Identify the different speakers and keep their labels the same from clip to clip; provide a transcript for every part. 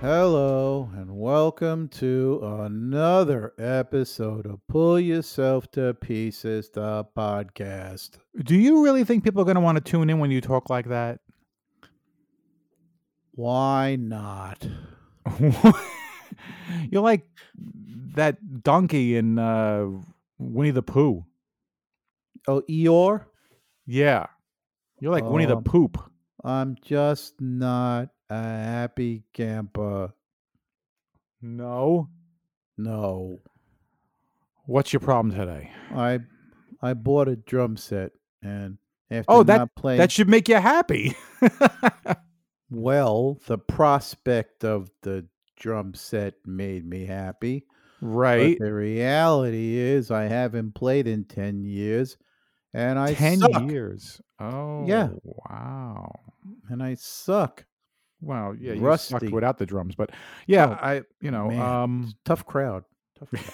Speaker 1: Hello, and welcome to another episode of Pull Yourself to Pieces, the podcast.
Speaker 2: Do you really think people are going to want to tune in when you talk like that?
Speaker 1: Why not?
Speaker 2: You're like that donkey in uh, Winnie the Pooh.
Speaker 1: Oh, Eeyore?
Speaker 2: Yeah. You're like Winnie the
Speaker 1: Um,
Speaker 2: Poop.
Speaker 1: I'm just not a happy camper.
Speaker 2: No.
Speaker 1: No.
Speaker 2: What's your problem today?
Speaker 1: I I bought a drum set and after
Speaker 2: Oh, that-
Speaker 1: not playing
Speaker 2: That should make you happy.
Speaker 1: well, the prospect of the drum set made me happy.
Speaker 2: right.
Speaker 1: But the reality is, I haven't played in ten years, and I
Speaker 2: 10
Speaker 1: suck.
Speaker 2: years. Oh, Wow.
Speaker 1: And I suck.
Speaker 2: Wow. Yeah. You
Speaker 1: Rusty.
Speaker 2: sucked without the drums, but yeah,
Speaker 1: Oh,
Speaker 2: I, you know,
Speaker 1: man.
Speaker 2: um,
Speaker 1: Tough crowd. Tough crowd.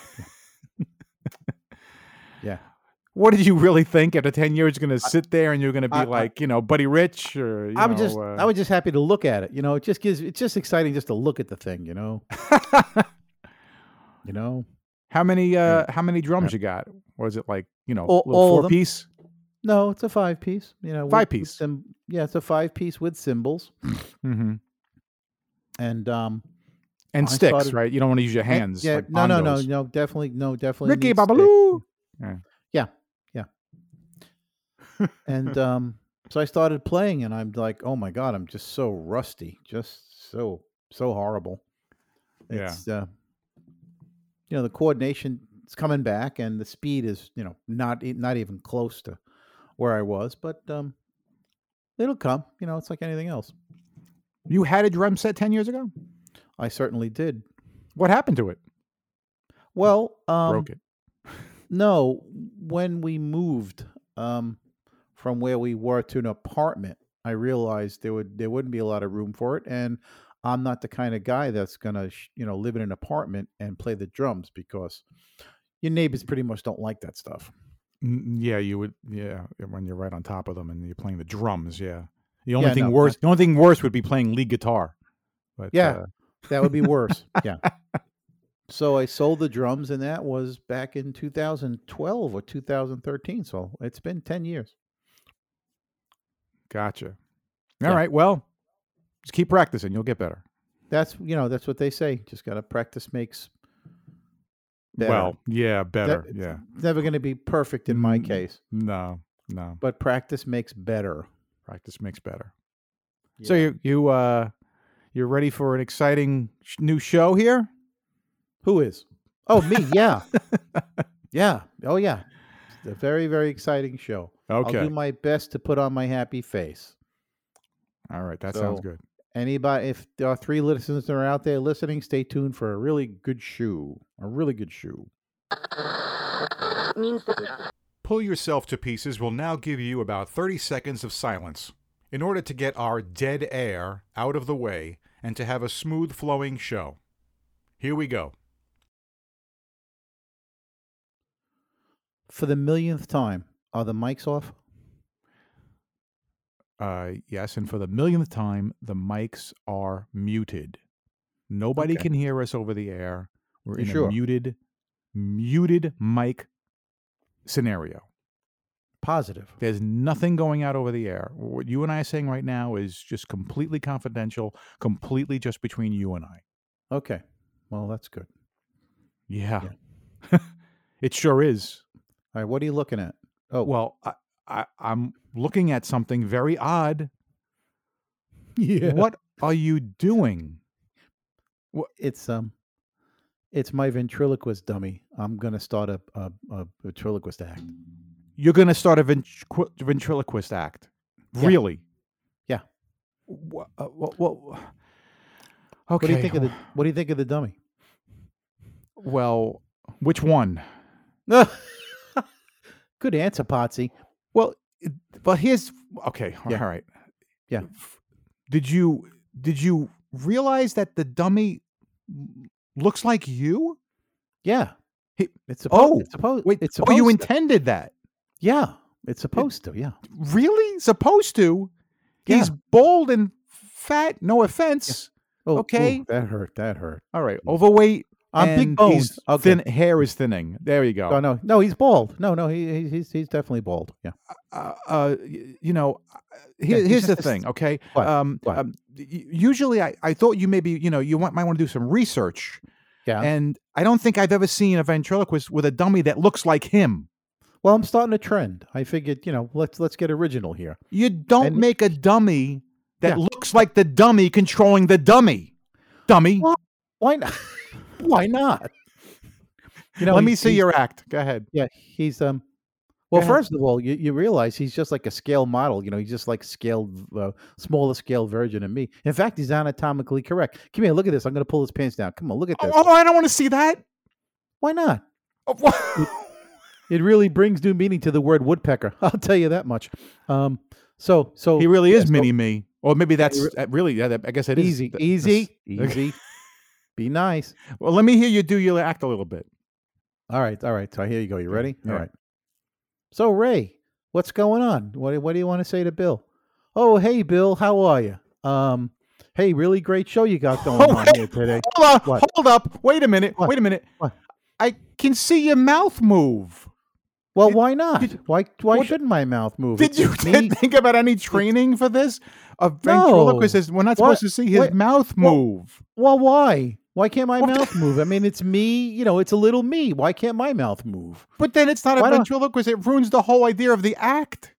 Speaker 1: yeah.
Speaker 2: what did you really think after 10 years you're going to sit there and you're going to be
Speaker 1: I- I-
Speaker 2: like, you know, Buddy Rich or, you
Speaker 1: I was
Speaker 2: know,
Speaker 1: just I
Speaker 2: uh,
Speaker 1: was just happy to look at it. You know, it just gives it's just exciting just to look at the thing. You know. You know.
Speaker 2: How many
Speaker 1: Yeah.
Speaker 2: uh how many drums you got? Was it like, you know,
Speaker 1: All-
Speaker 2: little
Speaker 1: all of
Speaker 2: four
Speaker 1: them.
Speaker 2: piece?
Speaker 1: No, it's a five piece. You know, with-
Speaker 2: Five
Speaker 1: with
Speaker 2: piece.
Speaker 1: cym- yeah, it's a five piece with cymbals
Speaker 2: Mm-hmm.
Speaker 1: and um.
Speaker 2: And
Speaker 1: I
Speaker 2: sticks,
Speaker 1: started-
Speaker 2: right? You don't want to use your
Speaker 1: and-
Speaker 2: hands.
Speaker 1: Yeah.
Speaker 2: like
Speaker 1: no, no, no,
Speaker 2: bongos.
Speaker 1: no. Definitely, no, definitely.
Speaker 2: Ricky
Speaker 1: needs eh, stick.
Speaker 2: Babaloo.
Speaker 1: and um, so I started playing, and I'm like, oh my god, I'm just so rusty, just so so horrible.
Speaker 2: Yeah.
Speaker 1: It's uh, you know the coordination is coming back, and the speed is you know not e- not even close to where I was, but um, it'll come. You know, it's like anything else.
Speaker 2: You had a drum set 10 years ago?
Speaker 1: I certainly did.
Speaker 2: What happened to it?
Speaker 1: Well, um,
Speaker 2: Broke it.
Speaker 1: No, when we moved um, from where we were to an apartment, I realized there would there wouldn't be a lot of room for it, and I'm not the kind of guy that's gonna sh- you know live in an apartment and play the drums because your neighbors pretty much don't like that stuff.
Speaker 2: Mm, Yeah, you would yeah, when you're right on top of them and you're playing the drums, yeah. The only
Speaker 1: Yeah,
Speaker 2: thing
Speaker 1: no,
Speaker 2: worse the only thing worse would be playing lead guitar. But
Speaker 1: Yeah.
Speaker 2: uh,
Speaker 1: That would be worse. yeah. So I sold the drums, and that was back in 2012 or 2013. So it's been 10 years.
Speaker 2: gotcha. All right.
Speaker 1: Yeah.
Speaker 2: Well, just keep practicing, you'll get better.
Speaker 1: That's you know that's what they say. Just gotta practice makes. better.
Speaker 2: Well, yeah, better.
Speaker 1: That-
Speaker 2: yeah.
Speaker 1: It's never going to be perfect in my
Speaker 2: Mm.
Speaker 1: case,
Speaker 2: No. No.
Speaker 1: but practice makes better.
Speaker 2: Practice makes better. So you you uh you're ready for an exciting sh- new show here?
Speaker 1: who is? Oh, me. Yeah. yeah. Oh, yeah. It's a very, very exciting show. I'll
Speaker 2: Okay.
Speaker 1: do my best to put on my happy face.
Speaker 2: All right, that sounds
Speaker 1: So-
Speaker 2: good.
Speaker 1: Anybody, if there are three listeners that are out there listening, stay tuned for a really good shoe. A really good shoe.
Speaker 2: Pull yourself to pieces will now give you about 30 seconds of silence in order to get our dead air out of the way and to have a smooth flowing show. Here we go.
Speaker 1: For the millionth time, are the mics off?
Speaker 2: Uh yes, and for the millionth time, the mics are muted. Nobody
Speaker 1: Okay.
Speaker 2: can hear us over the air. We're
Speaker 1: You
Speaker 2: in
Speaker 1: sure?
Speaker 2: a muted muted mic scenario.
Speaker 1: Positive.
Speaker 2: There's nothing going out over the air. What you and I are saying right now is just completely confidential, completely just between you and I.
Speaker 1: Okay. Well, that's good.
Speaker 2: Yeah. it sure is.
Speaker 1: All right. What are you looking at? Oh,
Speaker 2: Well, I, I, I'm looking at something very odd.
Speaker 1: yeah.
Speaker 2: What are you doing?
Speaker 1: it's um it's my ventriloquist dummy i'm gonna start a, a, a ventriloquist act
Speaker 2: You're going to start a ventriqu- ventriloquist act.
Speaker 1: Yeah.
Speaker 2: Really?
Speaker 1: Yeah.
Speaker 2: What, uh, what, what, okay.
Speaker 1: what do you think of the what do you think of the dummy
Speaker 2: well, which one?
Speaker 1: good answer potsy
Speaker 2: Well, it- but here's okay.
Speaker 1: Yeah.
Speaker 2: All right.
Speaker 1: Yeah.
Speaker 2: F- Did you did you realize that the dummy m- looks like you?
Speaker 1: yeah
Speaker 2: He-
Speaker 1: it's supposed
Speaker 2: oh,
Speaker 1: it's supposed
Speaker 2: Wait,
Speaker 1: it's
Speaker 2: oh,
Speaker 1: supposed
Speaker 2: you
Speaker 1: to.
Speaker 2: intended that?
Speaker 1: yeah it's supposed to yeah
Speaker 2: Really? Supposed to?
Speaker 1: Yeah.
Speaker 2: He's bald and fat. No offense.
Speaker 1: Oh, ooh,
Speaker 2: Okay.
Speaker 1: that hurt. That hurt.
Speaker 2: All right, overweight.
Speaker 1: I'm big
Speaker 2: and
Speaker 1: bones.
Speaker 2: he's
Speaker 1: Okay.
Speaker 2: Thin hair is thinning. There you go.
Speaker 1: Oh no, no, he's bald. No, no, he he- he's he's definitely bald. Yeah.
Speaker 2: uh, uh, y- you know, uh,
Speaker 1: Yeah,
Speaker 2: here,
Speaker 1: he's
Speaker 2: here's the
Speaker 1: just a
Speaker 2: thing, okay?
Speaker 1: What?
Speaker 2: Um,
Speaker 1: What?
Speaker 2: um, y- y- usually, I, I thought you maybe, you know, you want, might want to do some research,
Speaker 1: Yeah.
Speaker 2: and I don't think I've ever seen a ventriloquist with a dummy that looks like him.
Speaker 1: well, I'm starting a trend. I figured, you know, let's let's get original here.
Speaker 2: You don't
Speaker 1: And-
Speaker 2: make a dummy that
Speaker 1: Yeah.
Speaker 2: looks like the dummy controlling the dummy. Dummy,
Speaker 1: Well, Why not? Why not? You
Speaker 2: let
Speaker 1: he's-
Speaker 2: me see
Speaker 1: he's-
Speaker 2: your act. Go ahead.
Speaker 1: Yeah, he's um. Well,
Speaker 2: ahead.
Speaker 1: first of all, you, you realize he's just like a scale model. You know, he's just like scaled, uh, smaller scale version of me. In fact, he's anatomically correct. Come here, look at this. I'm going to pull his pants down. Come on, look at
Speaker 2: Oh,
Speaker 1: this.
Speaker 2: oh, I don't want to see that.
Speaker 1: Why not?
Speaker 2: Oh, wha-
Speaker 1: It really brings new meaning to the word woodpecker. I'll tell you that much. Um, so, so
Speaker 2: he really
Speaker 1: yeah,
Speaker 2: is
Speaker 1: so-
Speaker 2: mini me, or maybe that's
Speaker 1: re-
Speaker 2: uh, really. Yeah, that, I guess it is
Speaker 1: easy,
Speaker 2: th-
Speaker 1: easy,
Speaker 2: Okay.
Speaker 1: easy. Be nice.
Speaker 2: Well, let me hear you do your act a little bit.
Speaker 1: All right, all right. So here you go. You
Speaker 2: Yeah,
Speaker 1: ready?
Speaker 2: yeah.
Speaker 1: All right. So Ray, what's going on? What do- what do you want to say to Bill? Oh, hey Bill, how are you? Um, hey, really great show you got going
Speaker 2: Oh,
Speaker 1: on
Speaker 2: hey,
Speaker 1: here today.
Speaker 2: Hold up,
Speaker 1: What?
Speaker 2: hold up. Wait a minute.
Speaker 1: What?
Speaker 2: Wait a minute.
Speaker 1: What?
Speaker 2: I can see your mouth move.
Speaker 1: Well,
Speaker 2: did-
Speaker 1: why not?
Speaker 2: did-
Speaker 1: why why
Speaker 2: what-
Speaker 1: shouldn't my mouth move?
Speaker 2: Did you
Speaker 1: It's me.
Speaker 2: think about any training for this? A ventriloquist is we're not
Speaker 1: What?
Speaker 2: supposed to see his
Speaker 1: Wait,
Speaker 2: mouth
Speaker 1: what-
Speaker 2: move.
Speaker 1: Well, why? Why can't my
Speaker 2: What the-
Speaker 1: mouth move? I mean, it's me. You know, it's a little me. Why can't my mouth move?
Speaker 2: But then it's not a
Speaker 1: Why don't-
Speaker 2: ventriloquist. It ruins the whole idea of the act.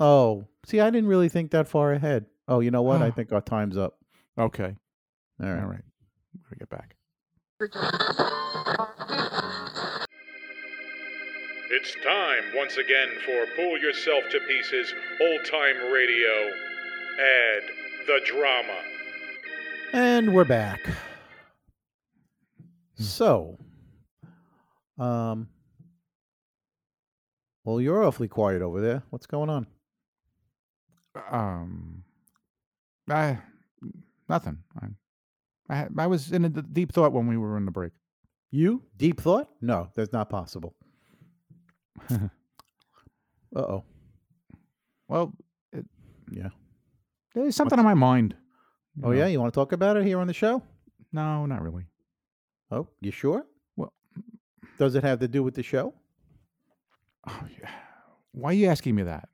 Speaker 1: Oh, see, I didn't really think that far ahead. Oh, you know what?
Speaker 2: Ah.
Speaker 1: I think our time's up.
Speaker 2: Okay.
Speaker 1: All
Speaker 2: All
Speaker 1: right.
Speaker 2: right. We get back.
Speaker 3: It's time once again for Pull Yourself to Pieces Old Time Radio. Add the drama.
Speaker 1: And we're back. So, um, well, you're awfully quiet over there. What's going on?
Speaker 2: Um, I nothing. I, I I was in a d- deep thought when we were on the break.
Speaker 1: You deep thought? No, that's not possible. uh oh.
Speaker 2: Well, it,
Speaker 1: Yeah.
Speaker 2: There's something on my mind. you
Speaker 1: Oh
Speaker 2: know.
Speaker 1: yeah, you want to talk about it here on the show?
Speaker 2: No, not really.
Speaker 1: Oh, you sure?
Speaker 2: Well-
Speaker 1: does it have to do with the show?
Speaker 2: Oh, yeah. Why are you asking me that?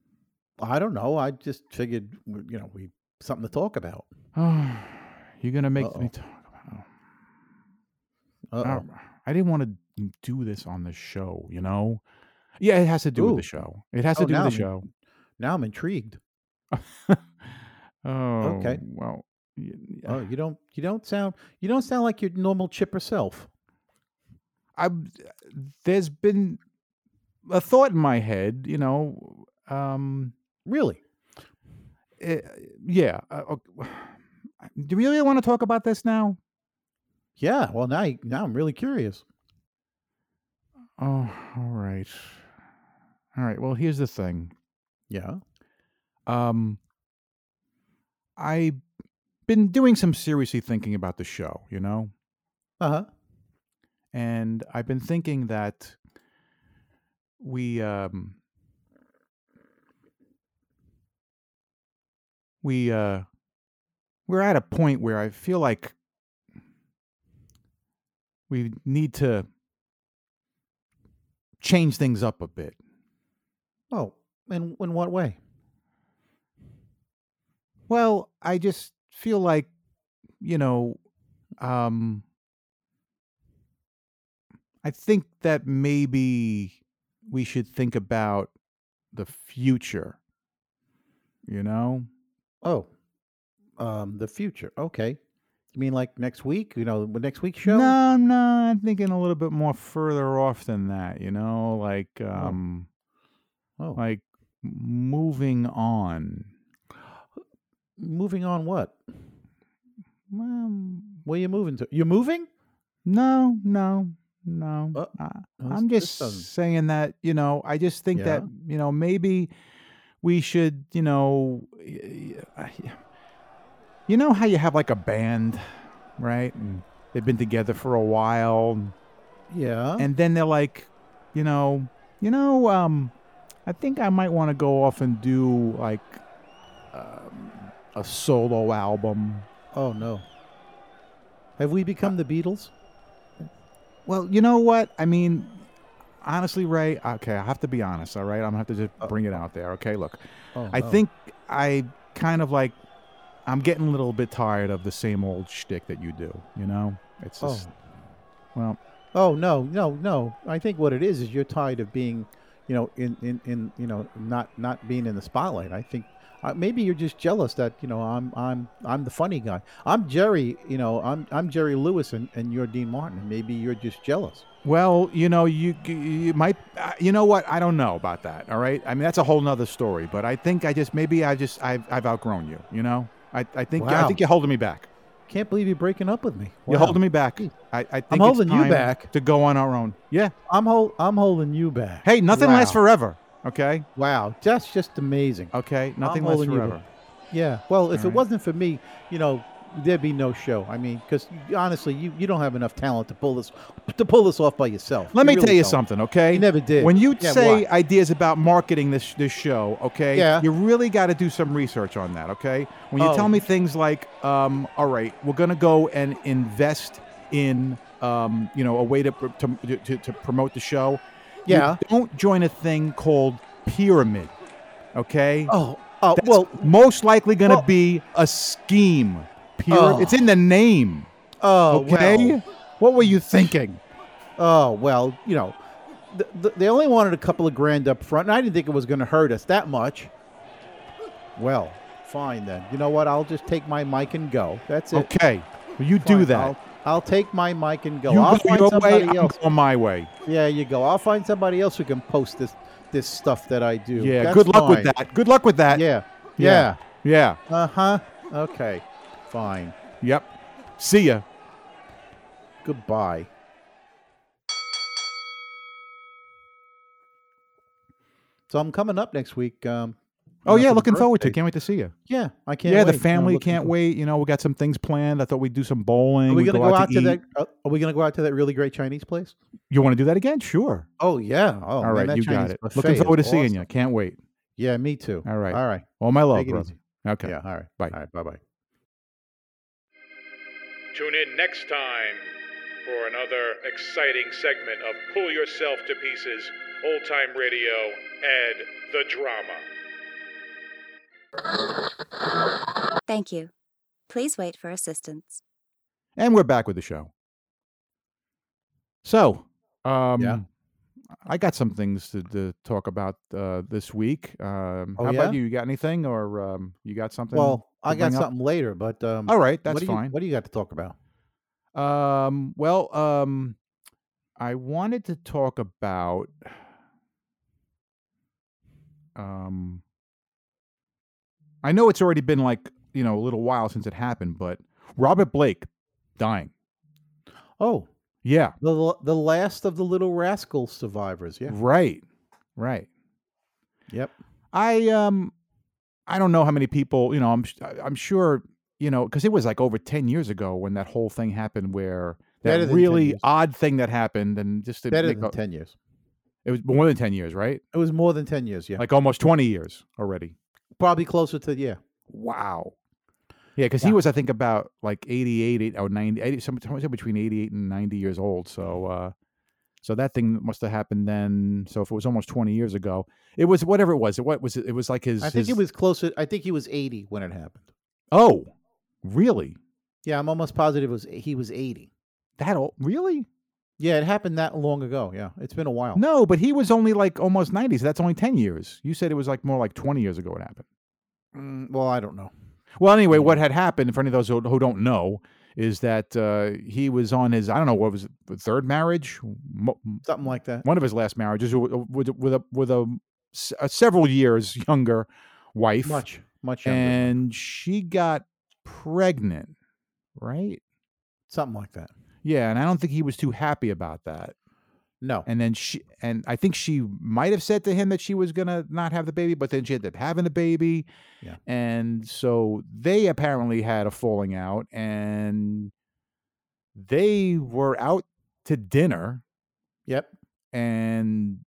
Speaker 1: I don't know. I just figured, w- you know, we something to talk about.
Speaker 2: Oh, you're gonna make
Speaker 1: Uh-oh.
Speaker 2: me talk about.
Speaker 1: Uh
Speaker 2: I don't- I didn't want to do this on the show, you know. Yeah, it has to do with
Speaker 1: Ooh.
Speaker 2: the show. It has
Speaker 1: Oh,
Speaker 2: to do with
Speaker 1: now
Speaker 2: the
Speaker 1: I'm
Speaker 2: show.
Speaker 1: Now I'm intrigued.
Speaker 2: Oh,
Speaker 1: Okay.
Speaker 2: Well, y- y-
Speaker 1: Oh, you don't you don't sound you don't sound like your normal chipper self.
Speaker 2: I there's been a thought in my head, you know. Um,
Speaker 1: Really?
Speaker 2: eh, yeah. uh, ok- do you really want to talk about this now?
Speaker 1: Yeah. Well, now you- now I'm really curious.
Speaker 2: Oh, all right. All right. Well, here's the thing.
Speaker 1: Yeah.
Speaker 2: Um, I've been doing some seriously thinking about the show, you know,
Speaker 1: Uh huh.
Speaker 2: and I've been thinking that we um, we uh, we're at a point where I feel like we need to change things up a bit.
Speaker 1: Oh, and in what way?
Speaker 2: Well, I just feel like, you know, um, I think that maybe we should think about the future, you know?
Speaker 1: Oh, um, the future. Okay. You mean like next week? You know, the next week's show?
Speaker 2: No, no, I'm thinking a little bit more further off than that, you know, like, um,
Speaker 1: Oh,
Speaker 2: like moving on.
Speaker 1: moving on. What?
Speaker 2: Well,
Speaker 1: Where you moving to? You're moving?
Speaker 2: no, no, no.
Speaker 1: Uh,
Speaker 2: I-
Speaker 1: No,
Speaker 2: I'm
Speaker 1: this- this
Speaker 2: just
Speaker 1: doesn't-
Speaker 2: saying that, you know, I just think that, you know, maybe we should, you know, y- y- you know how you have like a band, right? And they've been together for a while
Speaker 1: yeah.
Speaker 2: and then they're like, you know, you know, um I think I might want to go off and do like um, a solo album
Speaker 1: Oh no. Have we become the Beatles?
Speaker 2: Well, you know what? I mean, honestly, Ray. Okay, I have to be honest. All right, I'm gonna have to just bring it out there. Okay, look,
Speaker 1: Oh,
Speaker 2: I
Speaker 1: no.
Speaker 2: think I kind of like. I'm getting a little bit tired of the same old shtick that you do. You know, it's
Speaker 1: Oh.
Speaker 2: just well,
Speaker 1: Oh no, no, no. I think what it is is you're tired of being, you know, in in, in you know, not not being in the spotlight. I think uh, maybe you're just jealous that you know I'm I'm I'm the funny guy. I'm Jerry, you know, I'm I'm Jerry Lewis and, and you're Dean Martin. And maybe you're just jealous.
Speaker 2: well, you know, you you might, uh, you know what? I don't know about that. All right, I mean, that's a whole nother story. But I think I just maybe I just I've I've outgrown you. You know, I I think I
Speaker 1: Wow.
Speaker 2: think you're holding me back.
Speaker 1: Can't believe you're breaking up with me.
Speaker 2: You're
Speaker 1: Wow.
Speaker 2: holding me back. I, I think it's
Speaker 1: holding you
Speaker 2: time
Speaker 1: back.
Speaker 2: to go on our own. Yeah.
Speaker 1: I'm hold, I'm holding you back.
Speaker 2: Hey, nothing lasts
Speaker 1: Wow.
Speaker 2: forever. Okay.
Speaker 1: Wow, that's just amazing.
Speaker 2: Okay. Nothing
Speaker 1: I'm
Speaker 2: lasts
Speaker 1: holding you
Speaker 2: forever.
Speaker 1: back. Yeah. Well, if
Speaker 2: All
Speaker 1: it
Speaker 2: right.
Speaker 1: wasn't for me, you know, there'd be no show. I mean, because honestly, you, you don't have enough talent to pull this to pull this off by yourself.
Speaker 2: Let
Speaker 1: You
Speaker 2: me
Speaker 1: really
Speaker 2: tell you
Speaker 1: don't.
Speaker 2: something, okay?
Speaker 1: You never did.
Speaker 2: When you
Speaker 1: Yeah,
Speaker 2: say
Speaker 1: why?
Speaker 2: ideas about marketing this this show, okay?
Speaker 1: Yeah.
Speaker 2: You really got to do some research on that, okay? When you
Speaker 1: Oh.
Speaker 2: tell me things like, um, all right, we're gonna go and invest in, um, you know, a way to pr- to, to, to promote the show. you
Speaker 1: Yeah.
Speaker 2: don't join a thing called pyramid, okay?
Speaker 1: Oh, oh,
Speaker 2: That's
Speaker 1: well,
Speaker 2: most likely gonna
Speaker 1: well-
Speaker 2: be a scheme. Pyramid.
Speaker 1: Oh.
Speaker 2: It's in the name.
Speaker 1: oh,
Speaker 2: Okay.
Speaker 1: well.
Speaker 2: What were you thinking?
Speaker 1: Oh well, you know, th- th- they only wanted a couple of grand up front, and I didn't think it was going to hurt us that much. Well, fine then. You know what? I'll just take my mic and go. That's it.
Speaker 2: Okay. Well, you do
Speaker 1: Fine,
Speaker 2: that.
Speaker 1: I'll, I'll take my mic and go.
Speaker 2: you
Speaker 1: I'll
Speaker 2: go
Speaker 1: find
Speaker 2: your way,
Speaker 1: somebody
Speaker 2: I'm
Speaker 1: else.
Speaker 2: going my way.
Speaker 1: Yeah, you go. I'll find somebody else who can post this this stuff that I do.
Speaker 2: Yeah,
Speaker 1: That's
Speaker 2: good luck with
Speaker 1: fine.
Speaker 2: that. Good luck with that.
Speaker 1: Yeah.
Speaker 2: Yeah.
Speaker 1: Yeah.
Speaker 2: Yeah.
Speaker 1: Uh huh. Okay. Fine.
Speaker 2: Yep. See ya.
Speaker 1: Goodbye. So I'm coming up next week. Um,
Speaker 2: Oh,
Speaker 1: you know,
Speaker 2: yeah,
Speaker 1: for the
Speaker 2: looking forward to it.
Speaker 1: birthday.
Speaker 2: Can't wait to see you.
Speaker 1: Yeah, I can't.
Speaker 2: yeah,
Speaker 1: wait.
Speaker 2: the
Speaker 1: I'm
Speaker 2: family
Speaker 1: looking
Speaker 2: can't
Speaker 1: for-
Speaker 2: wait. You know, we got some things planned. I thought we'd do some bowling.
Speaker 1: Are we
Speaker 2: we'd
Speaker 1: gonna go out to
Speaker 2: eat.
Speaker 1: that? uh, Are we gonna go out to that really great Chinese place?
Speaker 2: You want to do that again? Sure.
Speaker 1: Oh yeah. Oh,
Speaker 2: All right, you got it. Looking forward to seeing you. Can't wait.
Speaker 1: Yeah, me too.
Speaker 2: All right.
Speaker 1: All right.
Speaker 2: All my love,
Speaker 1: Take it
Speaker 2: brother.
Speaker 1: easy.
Speaker 2: Okay.
Speaker 1: Yeah. All right.
Speaker 2: Bye.
Speaker 1: All right. Bye. Bye.
Speaker 3: Tune in next time for another exciting segment of Pull Yourself to Pieces Old Time Radio and the Drama.
Speaker 4: Thank you. Please wait for assistance.
Speaker 2: And we're back with the show. So, um,
Speaker 1: Yeah.
Speaker 2: I got some things to, to talk about uh, this week. Um,
Speaker 1: Oh,
Speaker 2: how
Speaker 1: yeah?
Speaker 2: about you? You got anything, or um, you got something?
Speaker 1: Well, I
Speaker 2: bring
Speaker 1: got
Speaker 2: up?
Speaker 1: something later, but um,
Speaker 2: all right,
Speaker 1: what
Speaker 2: that's
Speaker 1: do you,
Speaker 2: fine.
Speaker 1: What do you got to talk about?
Speaker 2: Um, well, um, I wanted to talk about um I know it's already been like, you know, a little while since it happened, but Robert Blake dying.
Speaker 1: Oh,
Speaker 2: Yeah,
Speaker 1: the l- the last of the Little Rascal survivors. Yeah.
Speaker 2: right. Right.
Speaker 1: Yep.
Speaker 2: I um I don't know how many people, you know, I'm s- I- I'm sure, you know, cuz it was like over 10 years ago when that whole thing happened where
Speaker 1: Better
Speaker 2: that
Speaker 1: than 10
Speaker 2: really
Speaker 1: years.
Speaker 2: odd thing that happened and just to
Speaker 1: Better
Speaker 2: make
Speaker 1: than
Speaker 2: a-
Speaker 1: ten years.
Speaker 2: it was more than 10 years, right?
Speaker 1: It was more than ten years. Yeah.
Speaker 2: like almost 20 years already.
Speaker 1: probably closer to yeah.
Speaker 2: Wow. Yeah, because he
Speaker 1: Yeah.
Speaker 2: was, I think, about like 88, eight- or 90, 80, some- somewhere between 88 and 90 years old.
Speaker 1: Mm.
Speaker 2: So, uh, so that thing must have happened then. So if it was almost 20 years ago, it was whatever it was. It what was it? It was like his.
Speaker 1: I think
Speaker 2: his-
Speaker 1: it was closer. I think he was eighty when it happened.
Speaker 2: Oh, really?
Speaker 1: Yeah, I'm almost positive it was he was eighty.
Speaker 2: That old? Really?
Speaker 1: Yeah, it happened that long ago. Yeah, it's been a while.
Speaker 2: No, but he was only like almost 90. So that's only 10 years. You said it was like more like 20 years ago. It happened.
Speaker 1: Mm, well, I don't know.
Speaker 2: Well, anyway,
Speaker 1: Yeah.
Speaker 2: what had happened for any of those who, who don't know is that uh, he was on his I don't know what was it, third marriage, Mo-
Speaker 1: Something like that.
Speaker 2: one of his last marriages with with with a, with a, s- a several years younger wife,
Speaker 1: Much, much younger.
Speaker 2: and she got pregnant, right?
Speaker 1: Something like that.
Speaker 2: Yeah, and I don't think he was too happy about that.
Speaker 1: No.
Speaker 2: And then she and I think she might have said to him that she was gonna not have the baby, but then she ended up having the baby.
Speaker 1: Yeah.
Speaker 2: And so they apparently had a falling out and they were out to dinner
Speaker 1: Yep.
Speaker 2: and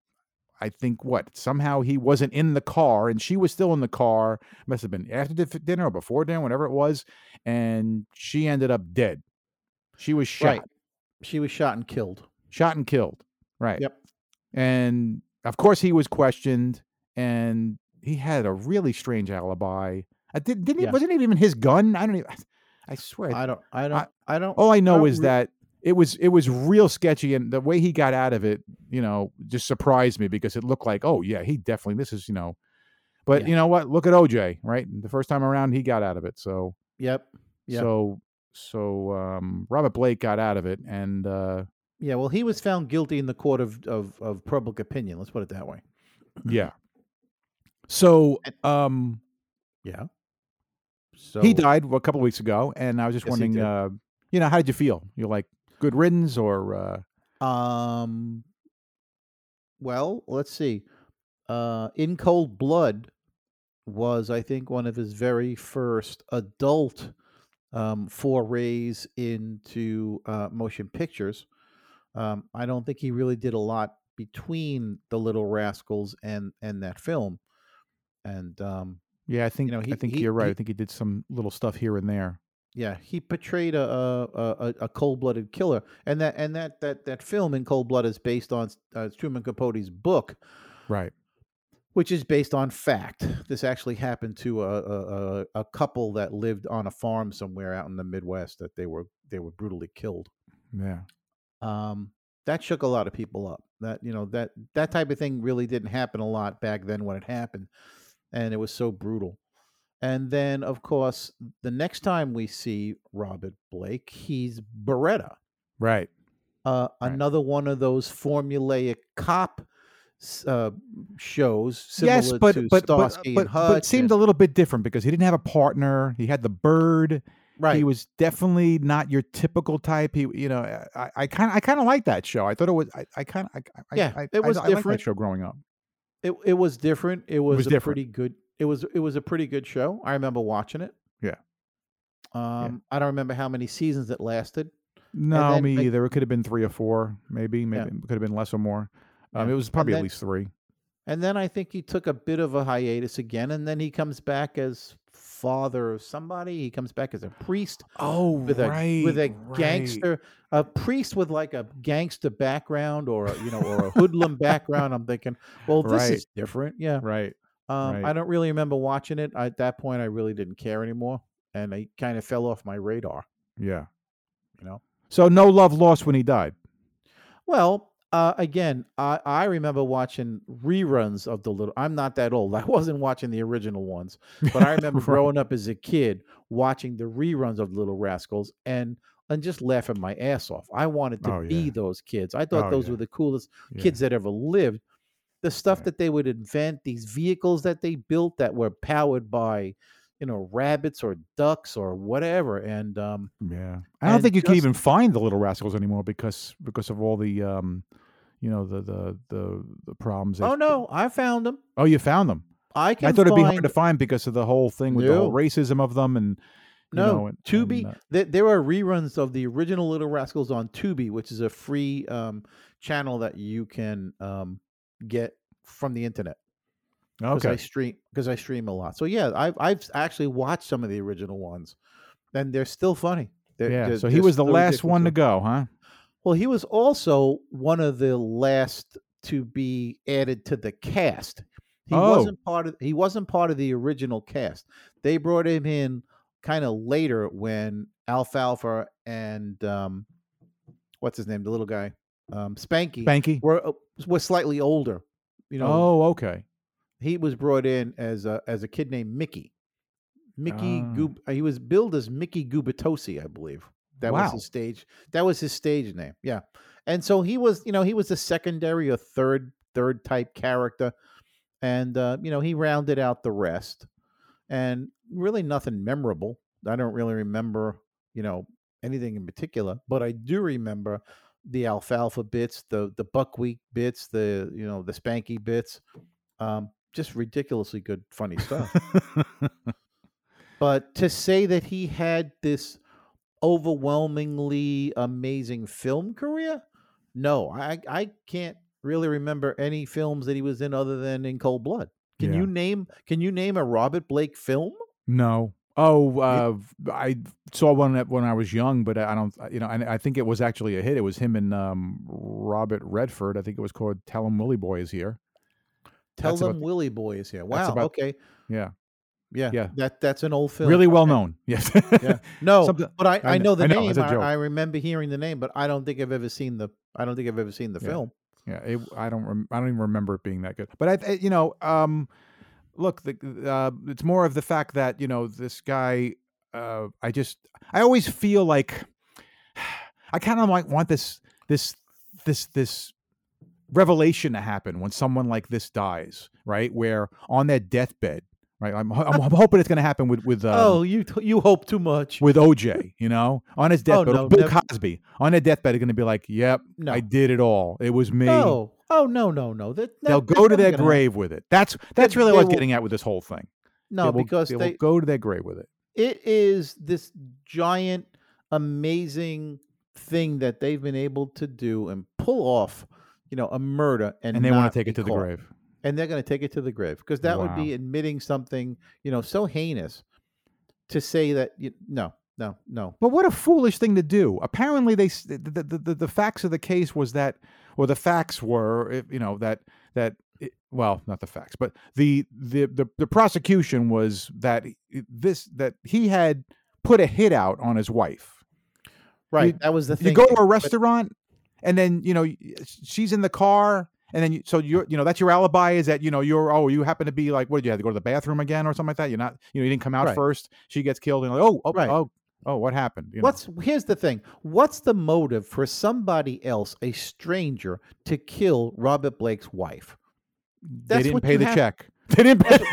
Speaker 2: I think what somehow he wasn't in the car and she was still in the car. Must have been after dif- dinner or before dinner, whatever it was, and she ended up dead. She was shot,
Speaker 1: Right. She was shot and killed.
Speaker 2: shot and killed. Right.
Speaker 1: Yep.
Speaker 2: And of course he was questioned, and he had a really strange alibi. I did, didn't.
Speaker 1: Yeah.
Speaker 2: It, wasn't it even his gun? I don't even. I swear.
Speaker 1: I don't. I Oh. don't. I, don't.
Speaker 2: All I know
Speaker 1: don't
Speaker 2: is
Speaker 1: re-
Speaker 2: that it was it was real sketchy, and the way he got out of it, you know, just surprised me because it looked like, oh yeah, he definitely this is you know, but
Speaker 1: Yeah.
Speaker 2: you know what? Look at OJ, right? The first time around, he got out of it. So
Speaker 1: Yep. Yep.
Speaker 2: so so um, Robert Blake got out of it, and uh,
Speaker 1: Yeah. Well, he was found guilty in the court of of, of public opinion. Let's put it that way.
Speaker 2: yeah. So um,
Speaker 1: Yeah. So
Speaker 2: he died a couple of weeks ago, and I was just
Speaker 1: Yes, he
Speaker 2: wondering,
Speaker 1: did.
Speaker 2: uh, you know, how did you feel? You're like good riddance, or uh,
Speaker 1: Um. Well, let's see. Uh, in Cold Blood was, I think, one of his very first adult um, forays into uh, motion pictures. Um, I don't think he really did a lot between The Little Rascals and and that film. And um,
Speaker 2: yeah, I think
Speaker 1: know, he-
Speaker 2: I think
Speaker 1: he-
Speaker 2: you're right.
Speaker 1: he-
Speaker 2: I think he did some little stuff here and there.
Speaker 1: yeah, he portrayed a a, a, a cold blooded killer, and that and that that that film in Cold Blood is based on uh, Truman Capote's book,
Speaker 2: Right.
Speaker 1: which is based on fact. This actually happened to a, a, a- a couple that lived on a farm somewhere out in the Midwest that they were they were brutally killed.
Speaker 2: Yeah.
Speaker 1: Um, that shook a lot of people up. That you know that that type of thing really didn't happen a lot back then when it happened, and it was so brutal. And then of course the next time we see Robert Blake, he's Beretta.
Speaker 2: Right.
Speaker 1: uh,
Speaker 2: Right.
Speaker 1: another one of those formulaic cop s- uh, shows. Similar
Speaker 2: Yes, but
Speaker 1: to
Speaker 2: but but,
Speaker 1: Starsky
Speaker 2: but,
Speaker 1: and Hutch
Speaker 2: but it seemed a
Speaker 1: and-
Speaker 2: little bit different because he didn't have a partner. He had the bird.
Speaker 1: right.
Speaker 2: He was definitely not your typical type. He, you know, I- I kind I kind of liked that show. I thought it was. I, I kind of. I,
Speaker 1: Yeah,
Speaker 2: I, I,
Speaker 1: it was
Speaker 2: I, I liked
Speaker 1: different.
Speaker 2: that show growing up.
Speaker 1: it, it was different. It was,
Speaker 2: was
Speaker 1: a
Speaker 2: different.
Speaker 1: pretty good. It was it was a pretty good show. I remember watching it.
Speaker 2: Yeah.
Speaker 1: Um, I don't remember how many seasons it lasted.
Speaker 2: No,
Speaker 1: then,
Speaker 2: me
Speaker 1: like-
Speaker 2: either. It could have been three or four, maybe. Maybe
Speaker 1: Yeah.
Speaker 2: it could have been less or more. Um,
Speaker 1: Yeah.
Speaker 2: It was probably
Speaker 1: then-
Speaker 2: at least three.
Speaker 1: And then I think he took a bit of a hiatus again, and then he comes back as father of somebody. He comes back as a priest.
Speaker 2: Oh,
Speaker 1: with a with a gangster a priest with like a gangster background or a, you know or a hoodlum background i'm thinking well this
Speaker 2: Right.
Speaker 1: is different yeah
Speaker 2: Right.
Speaker 1: um i
Speaker 2: right.
Speaker 1: don't really remember watching it I, at that point i really didn't care anymore and it kind of fell off my radar
Speaker 2: Yeah.
Speaker 1: you know
Speaker 2: So no love lost when he died.
Speaker 1: well uh, again, I, I remember watching reruns of the little. I'm not that old. I wasn't watching the original ones, but I remember
Speaker 2: Right.
Speaker 1: growing up as a kid watching the reruns of Little Rascals and and just laughing my ass off. I wanted to
Speaker 2: Oh,
Speaker 1: be
Speaker 2: yeah.
Speaker 1: those kids. I thought
Speaker 2: Oh,
Speaker 1: those
Speaker 2: yeah.
Speaker 1: were the coolest
Speaker 2: Yeah.
Speaker 1: kids that ever lived. The stuff
Speaker 2: Yeah.
Speaker 1: that they would invent, these vehicles that they built that were powered by, you know, rabbits or ducks or whatever. And um,
Speaker 2: Yeah, I don't
Speaker 1: And
Speaker 2: think you can
Speaker 1: just-
Speaker 2: even find the Little Rascals anymore because because of all the um, you know the the the, the problems. they-
Speaker 1: oh no, I found them.
Speaker 2: Oh, you found them.
Speaker 1: I can.
Speaker 2: I thought it'd be
Speaker 1: find-
Speaker 2: hard to find because of the whole thing with the whole
Speaker 1: No.
Speaker 2: racism of them and you
Speaker 1: No,
Speaker 2: know, and-
Speaker 1: Tubi.
Speaker 2: and, uh,
Speaker 1: th- there are reruns of the original Little Rascals on Tubi, which is a free um, channel that you can um, get from the internet. Because I
Speaker 2: okay,
Speaker 1: stream because I stream a lot. So yeah, I've I've actually watched some of the original ones, and they're still funny. They're-
Speaker 2: yeah.
Speaker 1: they're-
Speaker 2: So he
Speaker 1: they're
Speaker 2: was the
Speaker 1: still
Speaker 2: last one to
Speaker 1: ridiculous.
Speaker 2: go, huh?
Speaker 1: Well, he was also one of the last to be added to the cast. He
Speaker 2: Oh.
Speaker 1: wasn't part of he wasn't part of the original cast. They brought him in kind of later when Alfalfa and um what's his name, the little guy, um Spanky
Speaker 2: Banky.
Speaker 1: were uh, were slightly older. You know,
Speaker 2: Oh, okay.
Speaker 1: he was brought in as a as a kid named Mickey. Mickey
Speaker 2: Ah.
Speaker 1: Gub uh, he was billed as Mickey Gubitosi, I believe. That was
Speaker 2: Wow.
Speaker 1: his stage. That was his stage name. Yeah. And so he was, you know, he was a secondary or third third type character and uh, you know, he rounded out the rest. And really nothing memorable. I don't really remember, you know, anything in particular, but I do remember the alfalfa bits, the the buckwheat bits, the you know, the spanky bits. Um just ridiculously good funny stuff. But to say that he had this overwhelmingly amazing film career, no, I I can't really remember any films that he was in other than in Cold Blood. Can
Speaker 2: Yeah.
Speaker 1: you name can you name a Robert Blake film?
Speaker 2: No. Oh, uh, v- I saw one that when I was young, but I I don't, you know, and I think it was actually a hit. It was him and um, Robert Redford. I think it was called "Tell 'Em Willie Boy Is Here."
Speaker 1: Tell
Speaker 2: That's about
Speaker 1: them
Speaker 2: the-
Speaker 1: Willie Boy is here.
Speaker 2: that's
Speaker 1: Wow.
Speaker 2: about-
Speaker 1: okay.
Speaker 2: Yeah,
Speaker 1: Yeah.
Speaker 2: yeah.
Speaker 1: That that's an old film.
Speaker 2: really well
Speaker 1: Okay.
Speaker 2: known. Yes. Oh.
Speaker 1: Yeah. No,
Speaker 2: Something-
Speaker 1: but I,
Speaker 2: I
Speaker 1: I
Speaker 2: know-
Speaker 1: know the
Speaker 2: I know,
Speaker 1: name.
Speaker 2: it's a
Speaker 1: I,
Speaker 2: joke.
Speaker 1: I remember hearing the name, but I don't think I've ever seen the. I don't think I've ever seen the
Speaker 2: Yeah.
Speaker 1: film.
Speaker 2: Yeah, it, I don't. Rem- I don't even remember it being that good. But I, I you know, um, look, the, uh, it's more of the fact that you know this guy. Uh, I just, I always feel like I kind of like want this, this, this, this revelation to happen when someone like this dies, right? Where on their deathbed, right? I'm, ho- I'm, I'm hoping it's going to happen with with um,
Speaker 1: oh, you t- you hope too much.
Speaker 2: with OJ, you know, on his
Speaker 1: Oh,
Speaker 2: deathbed,
Speaker 1: no,
Speaker 2: Bill
Speaker 1: never-
Speaker 2: Cosby on their deathbed, is going to be like, "Yep,
Speaker 1: No.
Speaker 2: I did it all. It was me."
Speaker 1: No. Oh no no no. That, that-
Speaker 2: They'll
Speaker 1: that's
Speaker 2: go to
Speaker 1: never
Speaker 2: their
Speaker 1: gonna
Speaker 2: grave with it. That's that's
Speaker 1: They-
Speaker 2: really
Speaker 1: they
Speaker 2: what I was
Speaker 1: will-
Speaker 2: getting at with this whole thing.
Speaker 1: happen. No,
Speaker 2: They will-
Speaker 1: because
Speaker 2: they,
Speaker 1: they,
Speaker 2: will go to their grave with it.
Speaker 1: it is this giant, amazing thing that they've been able to do and pull off. You know, a murder, and,
Speaker 2: And, they want
Speaker 1: not
Speaker 2: to take
Speaker 1: be
Speaker 2: it to the
Speaker 1: caught.
Speaker 2: grave.
Speaker 1: and they're going to take it to the grave because that would be admitting something you know so heinous to say that you, no no no
Speaker 2: But what a foolish thing to do. Apparently they s- the the, the- the, the facts of the case was that or the facts were if- you know that that it, well, not the facts, but the the the, the prosecution was that it- this that he had put a hit out on his wife.
Speaker 1: right that was the thing
Speaker 2: you go to a restaurant and then you know y- she's in the car and then you, so you're you know that's your alibi is that you know you're oh you happen to be like what did you have to go to the bathroom again or something like that you're not you know you didn't come out
Speaker 1: Right.
Speaker 2: first she gets killed and like oh oh
Speaker 1: Right.
Speaker 2: oh, oh what happened you know?
Speaker 1: what's here's the thing what's the motive for somebody else a stranger to kill robert blake's wife
Speaker 2: they
Speaker 1: that's
Speaker 2: didn't
Speaker 1: what
Speaker 2: pay
Speaker 1: you
Speaker 2: the
Speaker 1: have-
Speaker 2: check they didn't pay